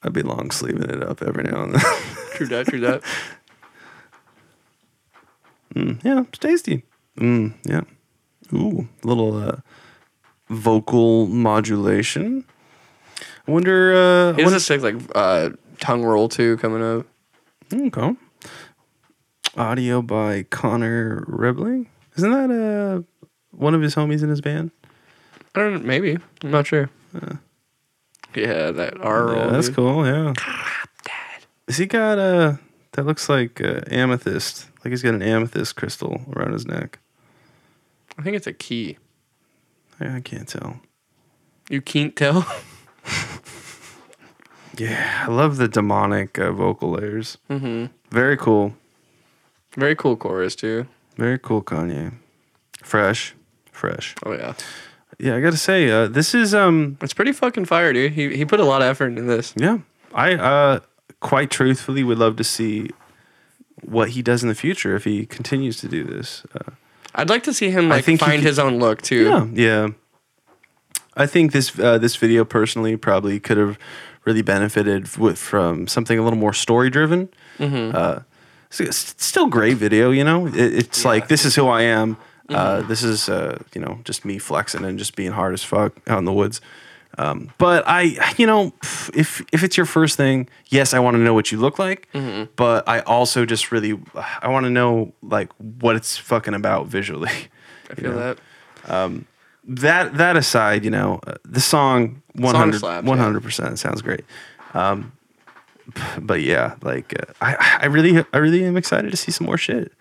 I'd be long sleeving it up every now and then.
True that.
[LAUGHS]
True that.
Yeah, it's tasty. Mm, yeah. Ooh, little uh, vocal modulation. I wonder. Uh,
He
I
does a
wonder
sick like uh, tongue roll too coming up.
okay. Audio by Connor Rebling. Isn't that uh, one of his homies in his band?
I don't maybe. I'm not sure. yeah, that R roll.
Yeah, that's
dude.
cool. Yeah. Has he got uh That looks like uh, amethyst. Like he's got an amethyst crystal around his neck.
I think it's a key.
I, I can't tell.
You can't tell. [LAUGHS]
Yeah, I love the demonic uh, vocal layers. Mm-hmm. Very cool.
Very cool chorus too.
Very cool, Kanye. Fresh, fresh.
Oh yeah,
Yeah, I gotta say, uh, this is um,
it's pretty fucking fire, dude. He he put a lot of effort into this.
yeah, I uh, quite truthfully would love to see what he does in the future if he continues to do this. Uh,
I'd like to see him like
think he
find
could-
his own look too.
yeah, yeah. I think this uh, this video personally probably could have really benefited with, from something a little more story driven. So it's it's still great video, you know. It, it's like this is who I am. Uh, this is uh, you know just me flexing and just being hard as fuck out in the woods. Um, but I, you know, pff, if if it's your first thing, yes, I want to know what you look like. But I also just really I want to know like what it's fucking about visually. [LAUGHS]
I feel that.
That that aside, you know, uh, the song 100
slaps, yeah.
100% sounds great. Um, p- but yeah, like uh, I I really I really am excited to see some more shit.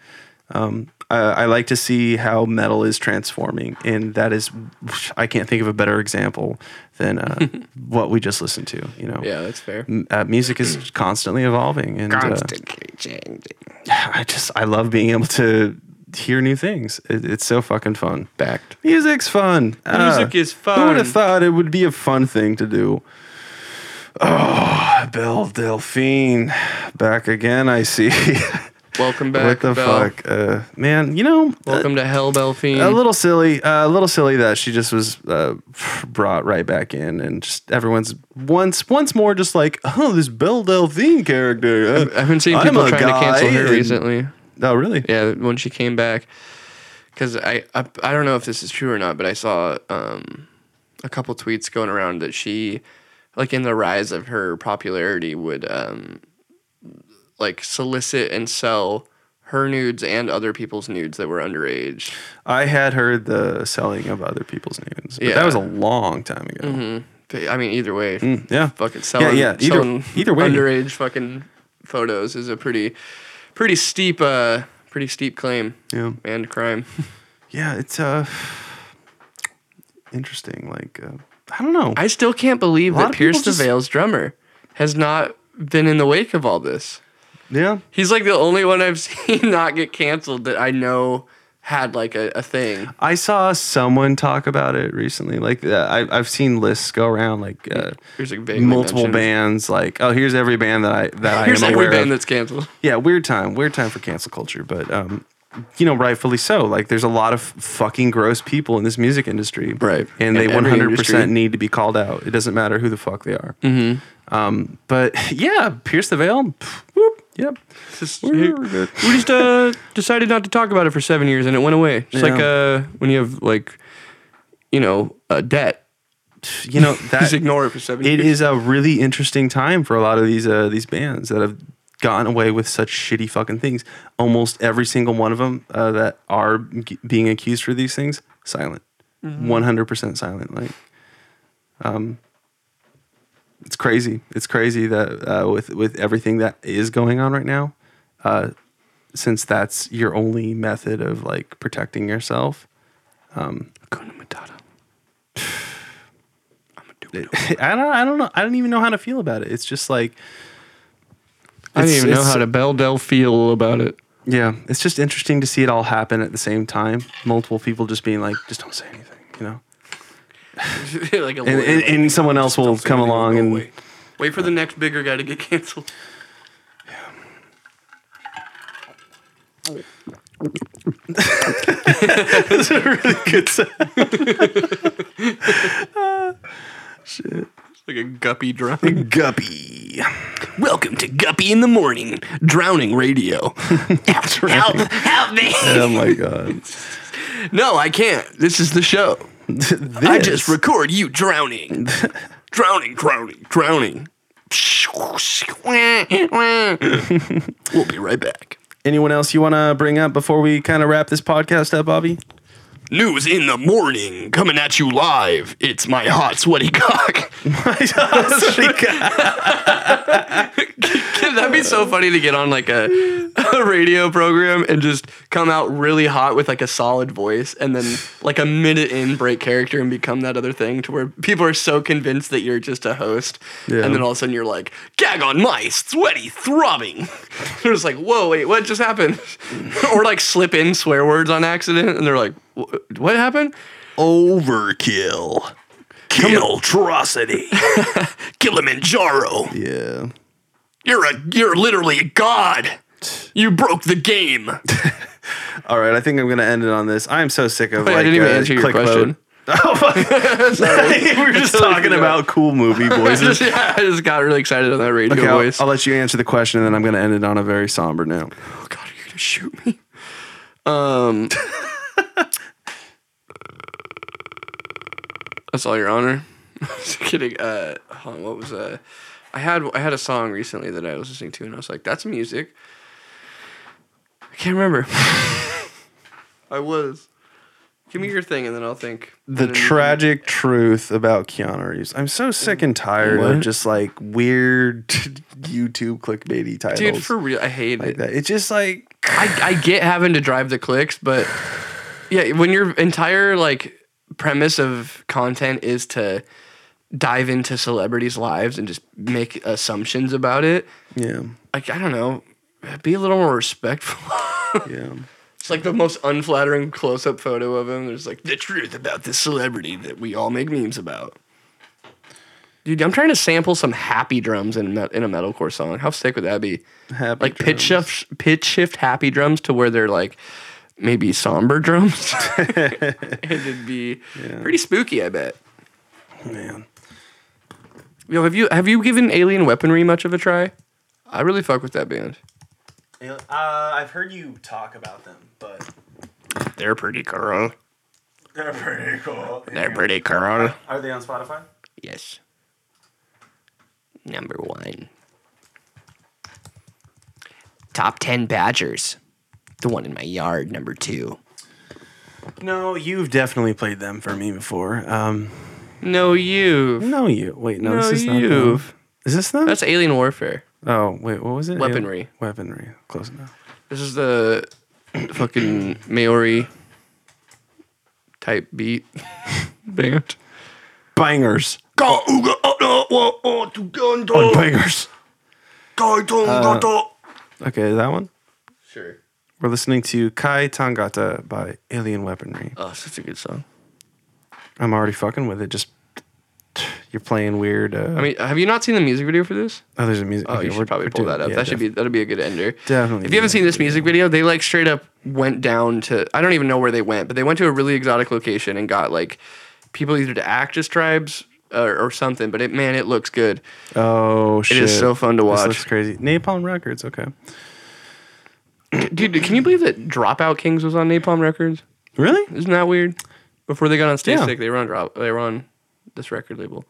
uh, I like to see how metal is transforming, and that is, I can't think of a better example than uh, what we just listened to. You know,
Yeah, that's fair.
M- uh, music is constantly evolving, and uh, [SIGHS] I just I love being able to hear new things. It, it's so fucking fun.
Backed.
Music's fun. Ah.
Music is
Who would
fun.
have thought it would be a fun thing to do? Oh, Belle Delphine, back again. I see. [LAUGHS]
Welcome back,
what the
Belle.
fuck, uh, man? You know, uh,
Welcome to Hell, Belfine.
a little silly, uh, a little silly that she just was uh, brought right back in, and just everyone's once once more just like, oh, this Belle Delphine character. uh,
I've been seeing
I'm
people
a
trying to cancel
guy
her
and-
recently.
Oh, really?
Yeah, when she came back, because I, I I don't know if this is true or not, but I saw um, a couple tweets going around that she, like in the rise of her popularity, would um, like solicit and sell her nudes and other people's nudes that were underage.
I had heard the selling of other people's names. But
Yeah.
That was a long time ago.
But, I mean, either way,
Mm. Yeah.
fucking selling,
yeah, either-
selling
either way.
underage fucking photos is a pretty, pretty steep, uh, pretty steep claim
Yeah.
and crime.
Yeah, it's uh interesting. Like uh, I don't know.
I still can't believe
lot
that
of people
Pierce the
just-
Veil's drummer has not been in the wake of all this.
yeah.
He's like the only one I've [LAUGHS] seen not get canceled that I know had like a, a thing.
I saw someone talk about it recently. Like uh, I I've seen lists go around like uh,
There's like vaguely
multiple
mentioned.
bands like oh here's every band that I that
Here's
I am
every
aware
band
of.
that's canceled. [LAUGHS]
yeah, weird time, weird time for cancel culture, but um, you know, rightfully so. Like, there's a lot of fucking gross people in this music industry,
Right.
And
In
they
every
100
industry.
percent need to be called out. It doesn't matter who the fuck they are. Mm-hmm. Um, but [LAUGHS] yeah, pierce the veil. pff, Whoop, yep.
Just-
We're good.
we just uh, decided not to talk about it for seven years and it went away. Just like uh, when you have like, you know, a debt,
You
[LAUGHS]
know
just
that
ignore it for seven
it
years.
is a really interesting time for a lot of these uh, these bands that have gotten away with such shitty fucking things. Almost every single one of them uh, that are g- being accused for these things, silent, one hundred percent silent. Like, um, it's crazy. It's crazy that uh, with with everything that is going on right now, uh, since that's your only method of like protecting yourself. um,
[SIGHS]
It, [LAUGHS] I don't. I don't know. I don't even know how to feel about it. It's just like.
I didn't
it's-
even know
it's-
how to Belle Del feel
[LAUGHS]
about it.
Yeah, it's just interesting to see it all happen at the same time. Multiple people just being like, just don't say anything, you know?
like
And,
a lawyer,
and,
like,
and someone else will come along and. [LAUGHS]
wait for the next bigger guy to get canceled.
Good
[LAUGHS] [LAUGHS]
sound.
Like a guppy drum.
Guppy.
Welcome to Guppy in the Morning, Drowning
[LAUGHS]
Radio.
Help, help me.
Oh my God.
[LAUGHS] No, I can't. This is the show.
I just record you drowning. drowning, drowning, drowning. we'll be right back.
Anyone else you want to bring up before we kind of wrap this podcast up,
[LAUGHS]
[LAUGHS] Bobby?
News in the morning, coming at you live. It's my hot, sweaty cock.
[LAUGHS] That'd be so funny to get on like a, [LAUGHS] a radio program and just come out really hot with like a solid voice and then like a minute in break character and become that other thing to where people are so convinced that you're just a host.
Yeah.
And then all of a sudden you're like, gag on my sweaty throbbing. [LAUGHS] they're just like, whoa, wait, what just happened? [LAUGHS] or like slip in swear words on accident and they're like, "Wh- what happened?
Overkill. Kill
[LAUGHS]
atrocity. Kilimanjaro.
Yeah.
You're a you're literally a god. You broke the
[LAUGHS]
game.
All right, I think I'm going to end it on this. I'm so sick of
Wait,
like.
[LAUGHS] I didn't even
uh,
answer your
clickbait.
question.
[LAUGHS] Oh,
[LAUGHS]
fuck. we were just talking about cool movie
I
voices.
just, yeah, I just got really excited on that radio
Okay, I'll-
voice.
I'll let you answer the question, and then I'm going to end it on a very somber note.
oh god, you're gonna shoot me. Um [LAUGHS] That's all your honor. [LAUGHS] Just kidding. Uh hold on, what was uh I had I had a song recently that I was listening to and I was like, that's music. I can't remember. [LAUGHS] I was. Give me your thing and then I'll think.
the tragic truth about Keanu Reeves. I'm so sick and tired of just like weird [LAUGHS] YouTube clickbaity titles
Dude, for real, I hate
like
it.
that. It's just like [CLEARS THROAT]
I, I get having to drive the clicks, but yeah, when your entire like premise of content is to dive into celebrities' lives and just make assumptions about it,
Yeah.
like I don't know, be a little more respectful. [LAUGHS]
Yeah.
it's like the most unflattering close-up photo of him. There's like the truth about this celebrity that we all make memes about. Dude, I'm trying to sample some happy drums in me- in a metalcore song. How sick would that be?
Happy
like pitch
drums.
shift pitch shift happy drums to where they're like maybe somber drums [LAUGHS] and it'd be pretty spooky i bet
man.
yo have you have you given alien weaponry much of a try i really fuck with that band
Uh, I've heard you talk about them, but
They're pretty cool.
they're pretty cool.
They're pretty cool.
Are they on Spotify?
yes number one
Top 10 Badgers. The one in my yard, number two.
No, you've definitely played them for me before. Um,
no you
no, you. Wait, no,
No,
this is not them.
you've.
Is this them?
that's alien warfare
oh, wait, what was it?
Weaponry.
Weaponry. Close enough.
this is the fucking maori type [LAUGHS] beat band
Bangers.
Go, ooga, oh, no, oh, oh, to gun,
On
to,
bangers.
to, to,
Uh,
to.
Okay, that one.
sure
We're listening to Kai Tangata by Alien Weaponry.
oh such a good song
I'm already fucking with it. Just you're playing weird. Uh,
I mean, have you not seen the music video for this?
oh, there's a music.
Oh,
okay,
you should
we're-
probably
we're
pull
doing-
that up.
yeah,
that should be that'd be a good ender.
Definitely
If you haven't
do
seen this music video, they like straight up went down to I don't even know where they went, but they went to a really exotic location and got like people either to act as tribes or, or something. But it man, it looks good.
def- Oh shit!
is so fun to
This
watch.
looks crazy. Napalm Records. Okay.
Dude, can you believe that Dropout Kings was on Napalm Records?
Really?
Isn't that weird? Before they got on Stay
Yeah.
Sick, they were on drop. They were on this record label.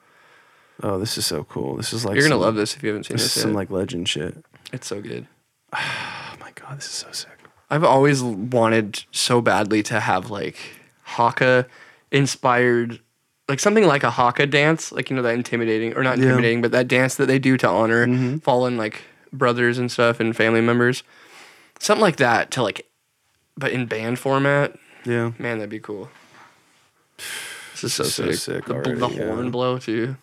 Oh, this is so cool. This is like
You're gonna
some-
love this if you haven't seen
This
this.
is
Yet.
some like legend shit.
it's so good.
Oh my god, this is so sick.
I've always l- wanted so badly to have like Haka inspired, like something like a Haka dance, like you know that intimidating or not
Yeah. Mm-hmm.
intimidating, but that dance that they do to honor fallen like brothers and stuff and family members, something like that to like, but in band format.
Yeah.
Man, that'd be cool. This is so,
So
sick.
sick
the, bl-
already,
the
yeah.
horn blow too.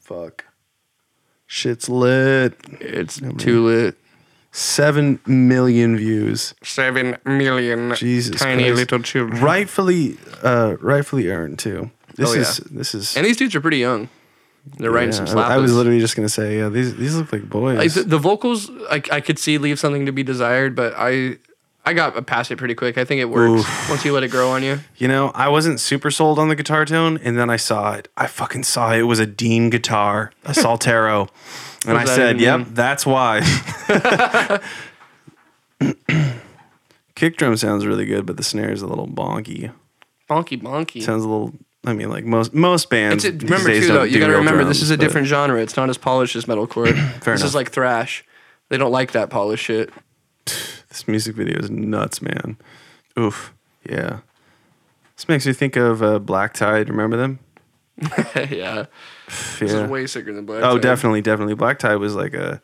Fuck. Shit's lit.
It's too lit.
Seven million views.
Seven million
Jesus
tiny
Christ.
little children.
Rightfully, uh, rightfully earned too. This
Oh, yeah.
is this is.
And these dudes are pretty young. They're writing some
Yeah,
slappers.
I, I was literally just gonna say, yeah, these these look like boys.
Like the, the vocals, I, I could see leave something to be desired, but I I got past it pretty quick. I think it works once you let it grow on you.
You know, I wasn't super sold on the guitar tone, and then I saw it. I fucking saw it. It was a Dean guitar,
[LAUGHS]
a Saltero. and I
does that
said,
even
yep, that's
[LAUGHS]
why. Kick drum sounds really good, but the snare is a little bonky.
Bonky bonky.
Sounds a little, I mean, like most most bands.
It's a,
these
remember
days
too
don't
though, you
do
gotta
real
remember this
drums,
is a
but-
different genre. It's not as polished as
[CLEARS THROAT]
metalcore. this
enough.
is like thrash. They don't like that polished shit.
[SIGHS]
[LAUGHS]
This music video is nuts, man. Oof. Yeah. This makes me think of uh, Black Tide. Remember them?
yeah,
Yeah.
this is way sicker than Black.
Oh,
Tide.
definitely, definitely. Black Tie was like a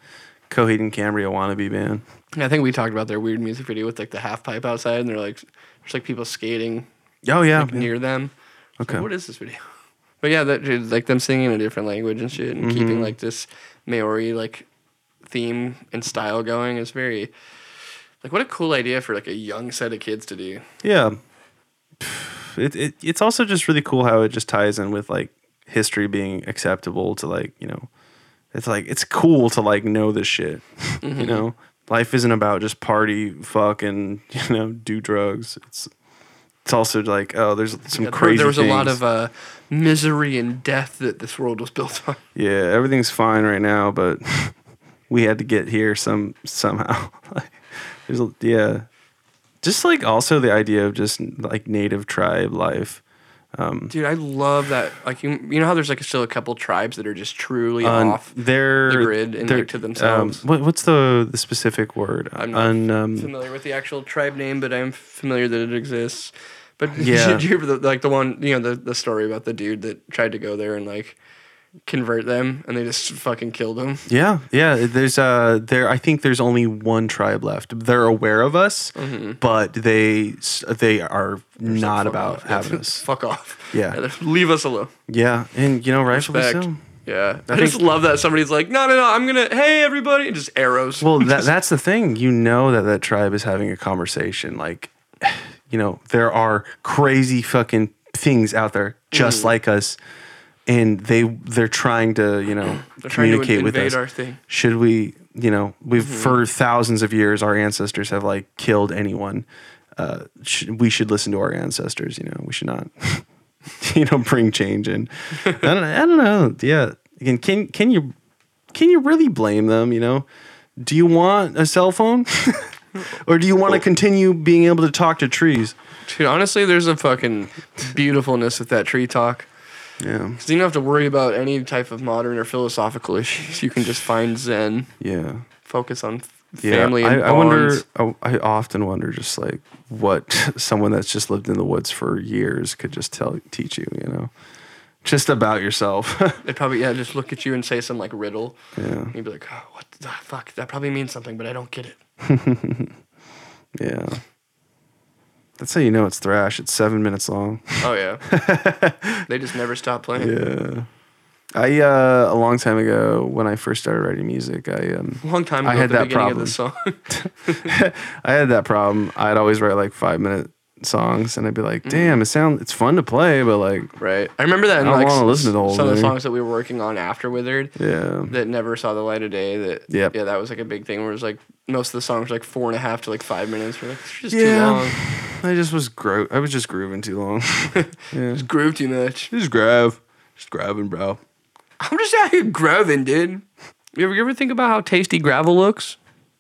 Coheed and Cambria wannabe band.
And I think we talked about their weird music video with like the half pipe outside, and they're like, there's like people skating
Oh yeah, yeah.
near them. It's like,
Okay.
what is this video? [LAUGHS] But yeah, that dude, like them singing in a different language and shit, and
Mm-hmm.
keeping like this Maori like theme and style going is very like what a cool idea for like a young set of kids to do.
yeah. It, it it's also just really cool how it just ties in with like history being acceptable to like you know, it's like it's cool to like know this shit. [LAUGHS]
Mm-hmm.
You know, life isn't about just party, fuck, and [LAUGHS] you know, do drugs. It's it's also like oh, there's some
Yeah, there-
crazy.
There was a lot
things.
of uh, misery and death that this world was built on.
yeah, everything's fine right now, but [LAUGHS] we had to get here some somehow. [LAUGHS] Like, There's a- yeah, just like also the idea of just like native tribe life, Mm.
Dude, I love that. Like you, you know how there's like still a couple tribes that are just truly
Un-
off.
they're
the grid and,
they're-
like, to themselves.
Um, what, what's the the specific word?
I'm not
Un, um,
familiar with the actual tribe name, but I'm familiar that it exists. But [LAUGHS]
Yeah.
did you hear the, like the one you know the, the story about the dude that tried to go there and like convert them, and they just fucking killed them.
Yeah, yeah. There's uh there. I think there's only one tribe left. They're aware of us,
Mm-hmm.
but they s- they are not about
[LAUGHS]
having us. [LAUGHS]
Fuck off.
Yeah.
[LAUGHS] leave us alone.
Yeah, and you know, rightfully
Respect.
so.
Yeah, I,
I
just
think-
love that somebody's like, no, no, no, I'm gonna, hey everybody, and just [LAUGHS] arrows.
Well, that, that's the thing. You know that that tribe is having a conversation. Like, [SIGHS] you know, there are crazy fucking things out there just like us, and they they're trying to you know
[CLEARS THROAT] They're trying to
communicate with
invade
us.
our thing. Mm-hmm.
Should we? You know, we've for thousands of years our ancestors have like killed anyone. Uh, sh- we should listen to our ancestors. You know, we should not. [LAUGHS] you know, bring change in. I don't. I don't know. Yeah. Again, can can you can you really blame them? You know, do you want a cell phone, [LAUGHS] or do you want to continue being able to talk to trees?
Dude, honestly, there's a fucking beautifulness with that tree talk.
Yeah,
Cause you don't have to worry about any type of modern or philosophical issues. You can just find Zen,
yeah,
focus on
yeah.
family.
I,
and
I wonder.
bonds.
I, I often wonder, just like what [LAUGHS] someone that's just lived in the woods for years could just tell teach you. You know, just about yourself. [LAUGHS]
They probably yeah, just look at you and say some like riddle.
yeah,
You'd be like, oh, what the fuck? That probably means something, but I don't get it.
yeah. That's how you know it's thrash. It's seven minutes long. [LAUGHS]
Oh yeah, [LAUGHS] they just never stop playing.
Yeah. I uh, a long time ago when I first started writing music, I um
Long time
I
ago,
had that
at the beginning
problem.
of the song. [LAUGHS]
I had that problem. I'd always write like five minute songs, and I'd be
Mm-hmm.
like, "Damn, it sound it's fun to play, but like,
right. I remember that. In,
I don't
like,
wanna listen to the whole
some of the
thing.
songs that we were working on after Withered
yeah,
that never saw the light of day. That
Yep.
yeah, that was like a big thing. Where it was like most of the songs were like four and a half to like five minutes. We're like, it's just too
Yeah.
long.
I just was gro- I was just grooving too long. [LAUGHS]
Just groove too much.
just groove, just grabbing, bro. [LAUGHS]
I'm just out here groving, dude. You ever, you ever think about how tasty gravel looks? [LAUGHS]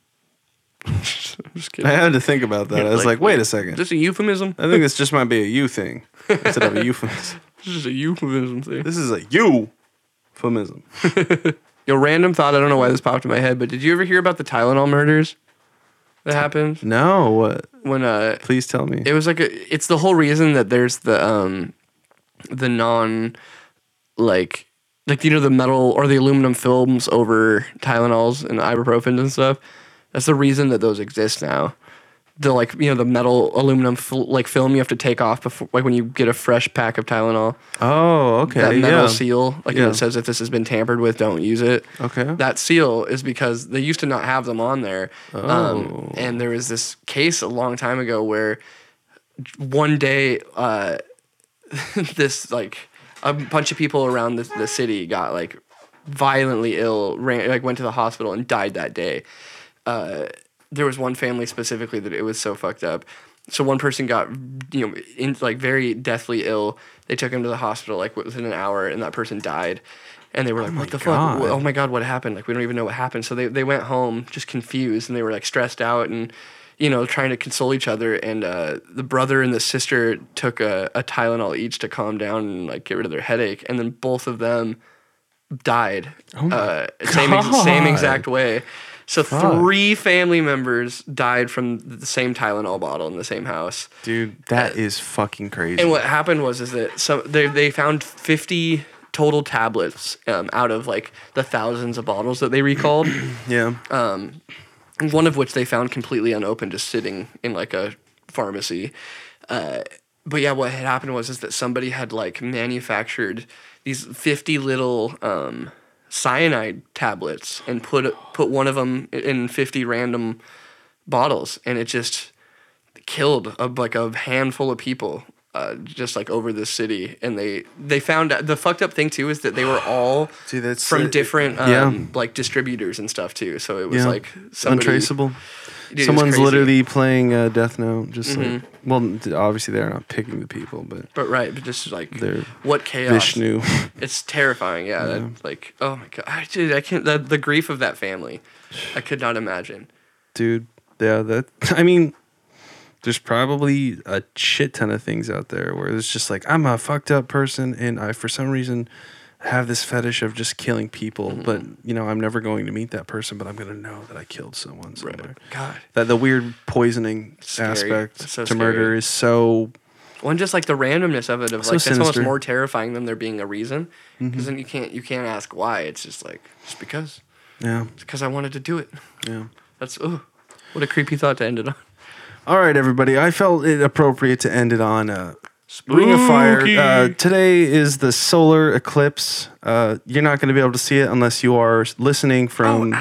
I'm just
I
kidding.
had to think about that. I was
like,
like, "Wait a second,
Is this a euphemism?
I think this just might be a you thing instead of a [LAUGHS] euphemism.
This is a euphemism thing.
This is a you." Euphemism.
Yo, random thought. I don't know why this popped in my head, but did you ever hear about the Tylenol murders that happened
No, what?
when uh
Please tell me.
it was like a, it's the whole reason that there's the um the non like like you know the metal or the aluminum films over Tylenols and ibuprofens and stuff. That's the reason that those exist now. The like you know the metal aluminum fil- like film you have to take off before like when you get a fresh pack of Tylenol
oh, okay.
that metal
yeah.
seal like and
Yeah.
it says if this has been tampered with don't use it
Okay.
that seal is because they used to not have them on there
Oh.
um, and there was this case a long time ago where one day uh, [LAUGHS] this like a bunch of people around the, the city got like violently ill ran, like went to the hospital and died that day Uh, there was one family specifically that it was so fucked up. So one person got you know in, like very deathly ill. They took him to the hospital like within an hour, and that person died. And they were like, "What the
God.
fuck? Oh my god, what happened? Like we don't even know what happened." So they they went home just confused, and they were like stressed out and you know trying to console each other. And uh, the brother and the sister took a, a Tylenol each to calm down and like get rid of their headache. And then both of them died. uh, same ex- same
God.
exact way. So three family members died from the same Tylenol bottle in the same house.
Dude, that is fucking crazy.
And what happened was is that some they they found fifty total tablets um, out of like the thousands of bottles that they recalled.
yeah.
one of which they found completely unopened, just sitting in like a pharmacy. Uh, but yeah, what had happened was is that somebody had like manufactured these fifty little um, cyanide tablets and put put one of them in fifty random bottles, and it just killed a, like a handful of people. Uh, just like over the city, and they they found the fucked up thing too is that they were
[SIGHS]
all
Dude, that's-
from
uh,
different um,
yeah.
like distributors and stuff too. So it was
Yeah.
like somebody,
untraceable.
Dude, it was
Someone's
crazy.
literally playing uh, Death Note. Just like, well, d- obviously they're not picking the people, but
But right, but just like
They're
what chaos!
Vishnu.
It's terrifying. Yeah, That, like oh my god, I, dude, I can't. The, the grief of that family, I could not imagine.
Dude, yeah, that. [LAUGHS] I mean, there's probably a shit ton of things out there where it's just like I'm a fucked up person, and I for some reason have this fetish of just killing people.
Mm-hmm.
But you know, I'm never going to meet that person, but I'm gonna know that I killed someone somewhere.
God,
That the weird poisoning
Scary.
aspect
It's so
to murder
scary.
is so
Well, and just like the randomness of it, of
So
like that's almost
sinister. Mm-hmm.
more terrifying than there being a reason, because then you can't you can't ask why. It's just like just because
Yeah.
because I wanted to do it.
Yeah.
That's ooh, what a creepy thought to end
[LAUGHS]
it on.
All right, everybody. I felt it appropriate to end it on uh, Ring of Fire. Uh, today is the solar eclipse. Uh, you're not going to be able to see it unless you are listening from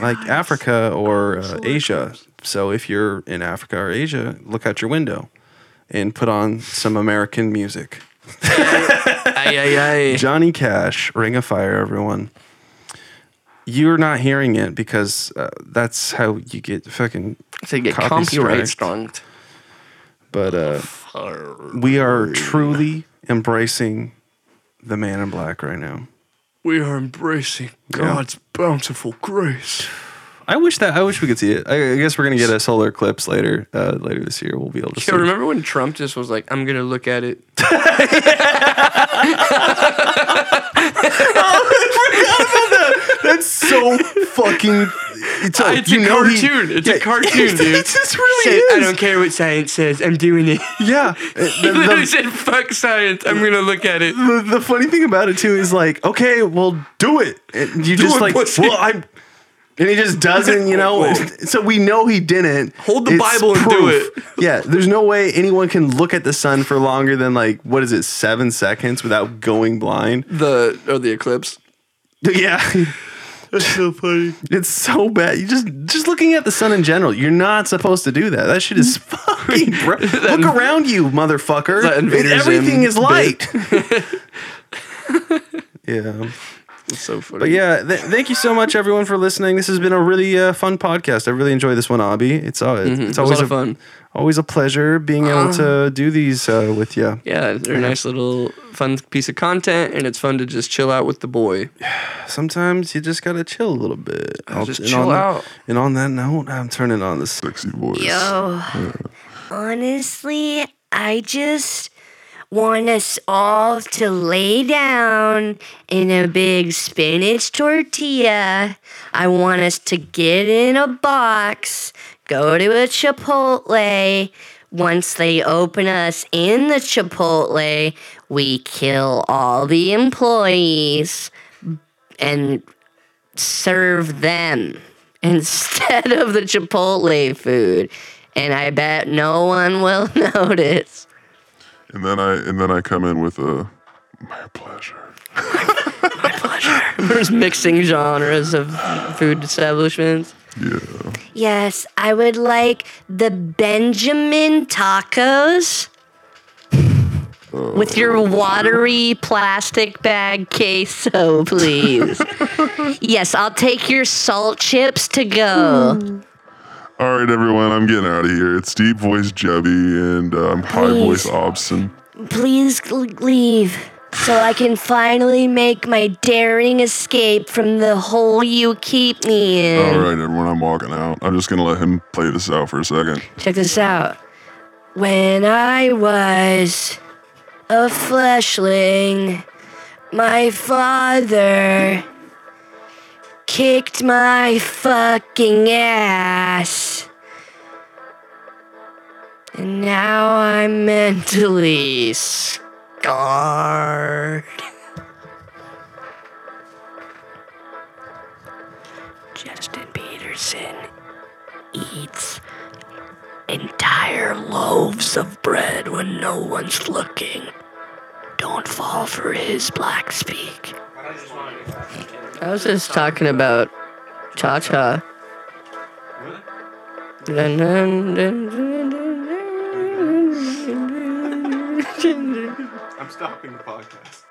like Africa or uh, Asia. So if you're in Africa or Asia, look out your window and put on some American music.
Ay ay
[LAUGHS]
ay.
Johnny Cash, Ring of Fire, everyone. You're not hearing it because uh, that's how you get fucking
To get
Copy
copyright
strike.
stronged.
But uh, we are truly embracing the man in black right now.
We are embracing
God's
bountiful grace.
I wish that I wish we could see it. I, I guess we're gonna get a solar eclipse later. Uh, later this year, we'll be able to see.
Yo, remember when Trump just was like, "I'm gonna look at it."
That's
[LAUGHS]
so fucking. It's a,
It's a cartoon. it's a cartoon,
[LAUGHS]
dude.
It just really
Said, I
is.
don't care what science says. I'm doing [LAUGHS] it.
Yeah. The-
he literally [LAUGHS]
the-
said, "Fuck science. I'm gonna look at it."
the, the funny thing about it too is like, okay, well, do it. And you just
it,
like,
pussy.
well, I'm, and he just doesn't, you know. so we know he didn't.
Hold the Bible and do
proof. [LAUGHS] Yeah, there's no way anyone can look at the sun for longer than like what is it, seven seconds without going blind.
The or the eclipse.
[LAUGHS] Yeah. That's so funny. It's so bad. You just just looking at the sun in general. You're not supposed to do that. That shit is
[LAUGHS]
fucking. Bro- Look around you, motherfucker.
Mm-hmm. That
And
Invader
Everything
Zim
is light.
[LAUGHS]
[LAUGHS] yeah.
It's so funny.
But yeah, th- thank you so much, everyone, for listening. This has been a really uh, fun podcast. I really enjoy this one, Abby. It's, uh, it's
Mm-hmm. was a
always
lot of fun. Uh-huh.
Always a pleasure being able to do these uh, with you.
Yeah, they're a nice little fun piece of content, and it's fun to just chill out with the boy.
Sometimes you just gotta chill a little bit. I'll
just
and
chill
on that-
out.
and on that note, I'm turning on the
Sexy voice.
Yo, honestly, I just want us all to lay down in a big spinach tortilla. I want us to get in a box, go to a Chipotle. Once they open us in the Chipotle, we kill all the employees and serve them instead of the Chipotle food. And I bet no one will [LAUGHS] notice.
And then I and then I come in with a my pleasure.
There's mixing genres of food establishments.
Yeah.
Yes, I would like the Benjamin [LAUGHS] tacos with your watery plastic bag queso, [LAUGHS] please. yes, I'll take your salt chips to go.
All right, everyone, I'm getting out of here. It's deep voice Jebby and um, high voice Obson.
please l- leave so I can finally make my daring escape from the hole you keep me in.
All right, everyone, I'm walking out. I'm just gonna let him play this out for a second.
Check this out. When I was a fleshling, my father kicked my fucking ass. And now I'm mentally scarred. Justin Peterson eats entire loaves of bread when no one's looking. Don't fall for his black speak.
I was just talking about cha cha.
I'm stopping the podcast.